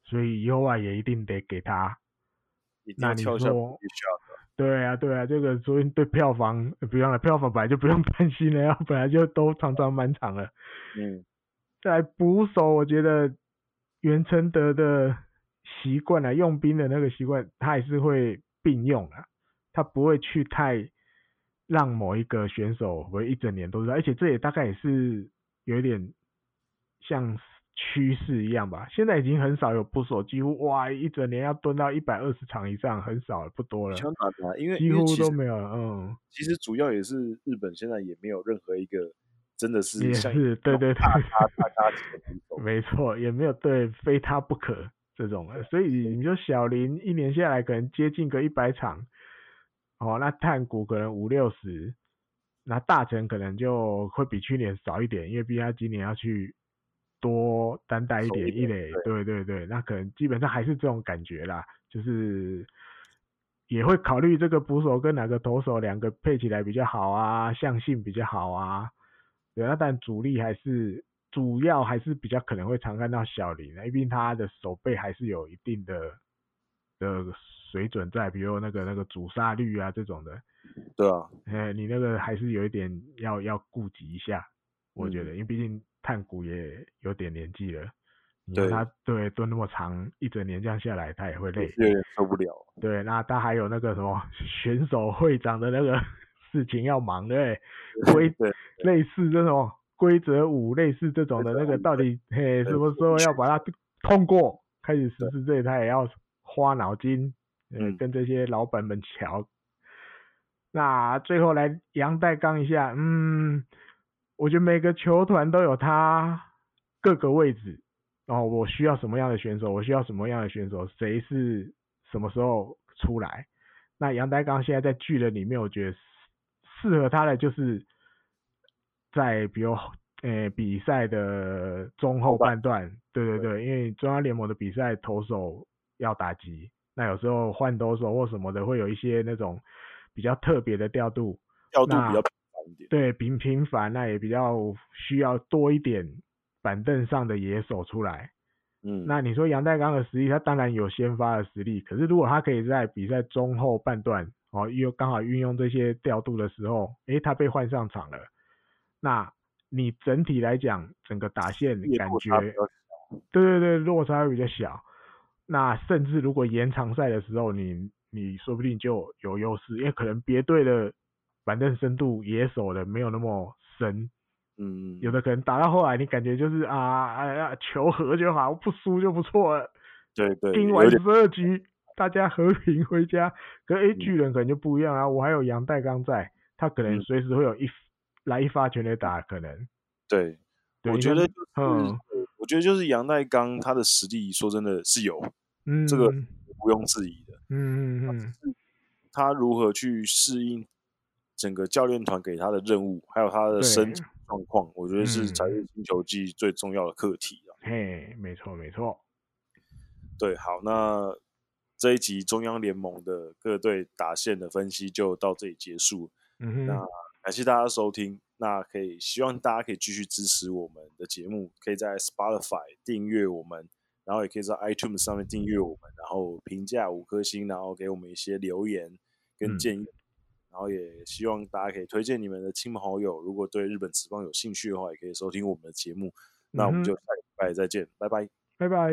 [SPEAKER 2] 所以以后啊也一定得给他。
[SPEAKER 1] 一定要
[SPEAKER 2] 那你
[SPEAKER 1] 跳一下
[SPEAKER 2] 说
[SPEAKER 1] Big Shot 啊
[SPEAKER 2] 对啊，对啊，这个所以对票房呃不用了，票房本来就不用担心了， 本来就都常常满场了。
[SPEAKER 1] 嗯，
[SPEAKER 2] 再来捕手，我觉得袁成德的习惯啊，用兵的那个习惯，他还是会并用啊，他不会去太让某一个选手会一整年都是，而且这也大概也是有一点像趋势一样吧。现在已经很少有捕手，几乎哇一整年要蹲到一百二十场以上，很少了，不多了，
[SPEAKER 1] 想打打，因为
[SPEAKER 2] 啊几
[SPEAKER 1] 因为
[SPEAKER 2] 乎
[SPEAKER 1] 其
[SPEAKER 2] 都
[SPEAKER 1] 实
[SPEAKER 2] 没有了，嗯，
[SPEAKER 1] 其实主要也是日本现在也没有任何一个真的
[SPEAKER 2] 也
[SPEAKER 1] 是像
[SPEAKER 2] 是
[SPEAKER 1] 那
[SPEAKER 2] 对
[SPEAKER 1] 种
[SPEAKER 2] 对对
[SPEAKER 1] 大咖大咖级的捕手，
[SPEAKER 2] 没错，也没有对非他不可。这种的，所以你就小林一年下来可能接近个一百场，哦，那炭谷可能五六十，那大成可能就会比去年少一点，因为毕竟他今年要去多担待一
[SPEAKER 1] 守
[SPEAKER 2] 点
[SPEAKER 1] 一
[SPEAKER 2] 一
[SPEAKER 1] 点
[SPEAKER 2] 垒，对对对，那可能基本上还是这种感觉啦，就是也会考虑这个捕手跟哪个投手两个配起来比较好啊，相性比较好啊，对，那但主力还是主要还是比较可能会常看到小林，啊因为毕竟他的手背还是有一定的的水准在，比如那个那个主杀率啊这种的，
[SPEAKER 1] 对啊，
[SPEAKER 2] 呃，你那个还是有一点要要顾及一下，我觉得，
[SPEAKER 1] 嗯
[SPEAKER 2] 因为毕竟炭谷也有点年纪了，你
[SPEAKER 1] 对
[SPEAKER 2] 让他对蹲那么长一整年这样下来，他也会累。
[SPEAKER 1] 有点受不了。
[SPEAKER 2] 对，那他还有那个什么选手会长的那个事情要忙，对不对，规
[SPEAKER 1] 对，
[SPEAKER 2] 类似这种规则五类似这种
[SPEAKER 1] 规
[SPEAKER 2] 的
[SPEAKER 1] 则
[SPEAKER 2] 那个，
[SPEAKER 1] 五
[SPEAKER 2] 到底嘿
[SPEAKER 1] 对
[SPEAKER 2] 什么时候要把它通过开始实施，这他也要花脑筋，呃
[SPEAKER 1] 嗯
[SPEAKER 2] 跟这些老板们瞧。那最后来杨代刚一下，嗯，我觉得每个球团都有他各个位置，哦，我需要什么样的选手，我需要什么样的选手，谁是什么时候出来。那杨代刚现在在巨人里面，我觉得适适合他的就是在比如呃比赛的中后半段，对对对，因为中央联盟的比赛投手要打击，那有时候换投手或什么的会有一些那种比较特别的调度，
[SPEAKER 1] 调度
[SPEAKER 2] 那
[SPEAKER 1] 比较频繁一点。
[SPEAKER 2] 对平平凡那也比较需要多一点板凳上的野手出来。
[SPEAKER 1] 嗯，
[SPEAKER 2] 那你说杨代刚的实力，他当然有先发的实力，可是如果他可以在比赛中后半段，哦，又刚好运用这些调度的时候，诶，他被换上场了，那你整体来讲，整个打线
[SPEAKER 1] 夜
[SPEAKER 2] 感
[SPEAKER 1] 落
[SPEAKER 2] 觉
[SPEAKER 1] 差比较
[SPEAKER 2] 对对对，落差会比较小。那甚至如果延长赛的时候，你你说不定就有优势，因为可能别队的板凳深度、野手的没有那么深，
[SPEAKER 1] 嗯，
[SPEAKER 2] 有的可能打到后来，你感觉就是啊啊啊求和就好，不输就不错了。
[SPEAKER 1] 对对，
[SPEAKER 2] 赢
[SPEAKER 1] 有
[SPEAKER 2] 完十
[SPEAKER 1] 点
[SPEAKER 2] 二局，大家和平回家。可 A
[SPEAKER 1] 嗯
[SPEAKER 2] 巨人可能就不一样啊，我还有杨代刚在，他可能
[SPEAKER 1] 嗯
[SPEAKER 2] 随时会有一来一发全垒打，可能。
[SPEAKER 1] 对。
[SPEAKER 2] 对
[SPEAKER 1] 我
[SPEAKER 2] 应
[SPEAKER 1] 觉
[SPEAKER 2] 该
[SPEAKER 1] 得
[SPEAKER 2] 是
[SPEAKER 1] 就是，
[SPEAKER 2] 嗯
[SPEAKER 1] 我觉得就是杨代刚他的实力，说真的是有，
[SPEAKER 2] 嗯，
[SPEAKER 1] 这个毋庸置疑的。
[SPEAKER 2] 嗯嗯嗯
[SPEAKER 1] 他如何去适应整个教练团给他的任务，还有他的
[SPEAKER 2] 对
[SPEAKER 1] 身体状况，我觉得是
[SPEAKER 2] 嗯
[SPEAKER 1] 才是新球季最重要的课题啊。
[SPEAKER 2] 嘿，没错没错，
[SPEAKER 1] 对，好，那这一集中央联盟的各队打线的分析就到这里结束，
[SPEAKER 2] 嗯
[SPEAKER 1] 那
[SPEAKER 2] 哼，
[SPEAKER 1] 感谢大家收听。那可以，希望大家可以继续支持我们的节目，可以在 Spotify 订阅我们，然后也可以在 iTunes 上面订阅我们，然后评价五颗星，然后给我们一些留言跟
[SPEAKER 2] 嗯
[SPEAKER 1] 建议，然后也希望大家可以推荐你们的亲朋好友，如果对日本职棒有兴趣的话，也可以收听我们的节目。那我们
[SPEAKER 2] 嗯哼
[SPEAKER 1] 就下个礼拜再见，拜拜。
[SPEAKER 2] 拜拜。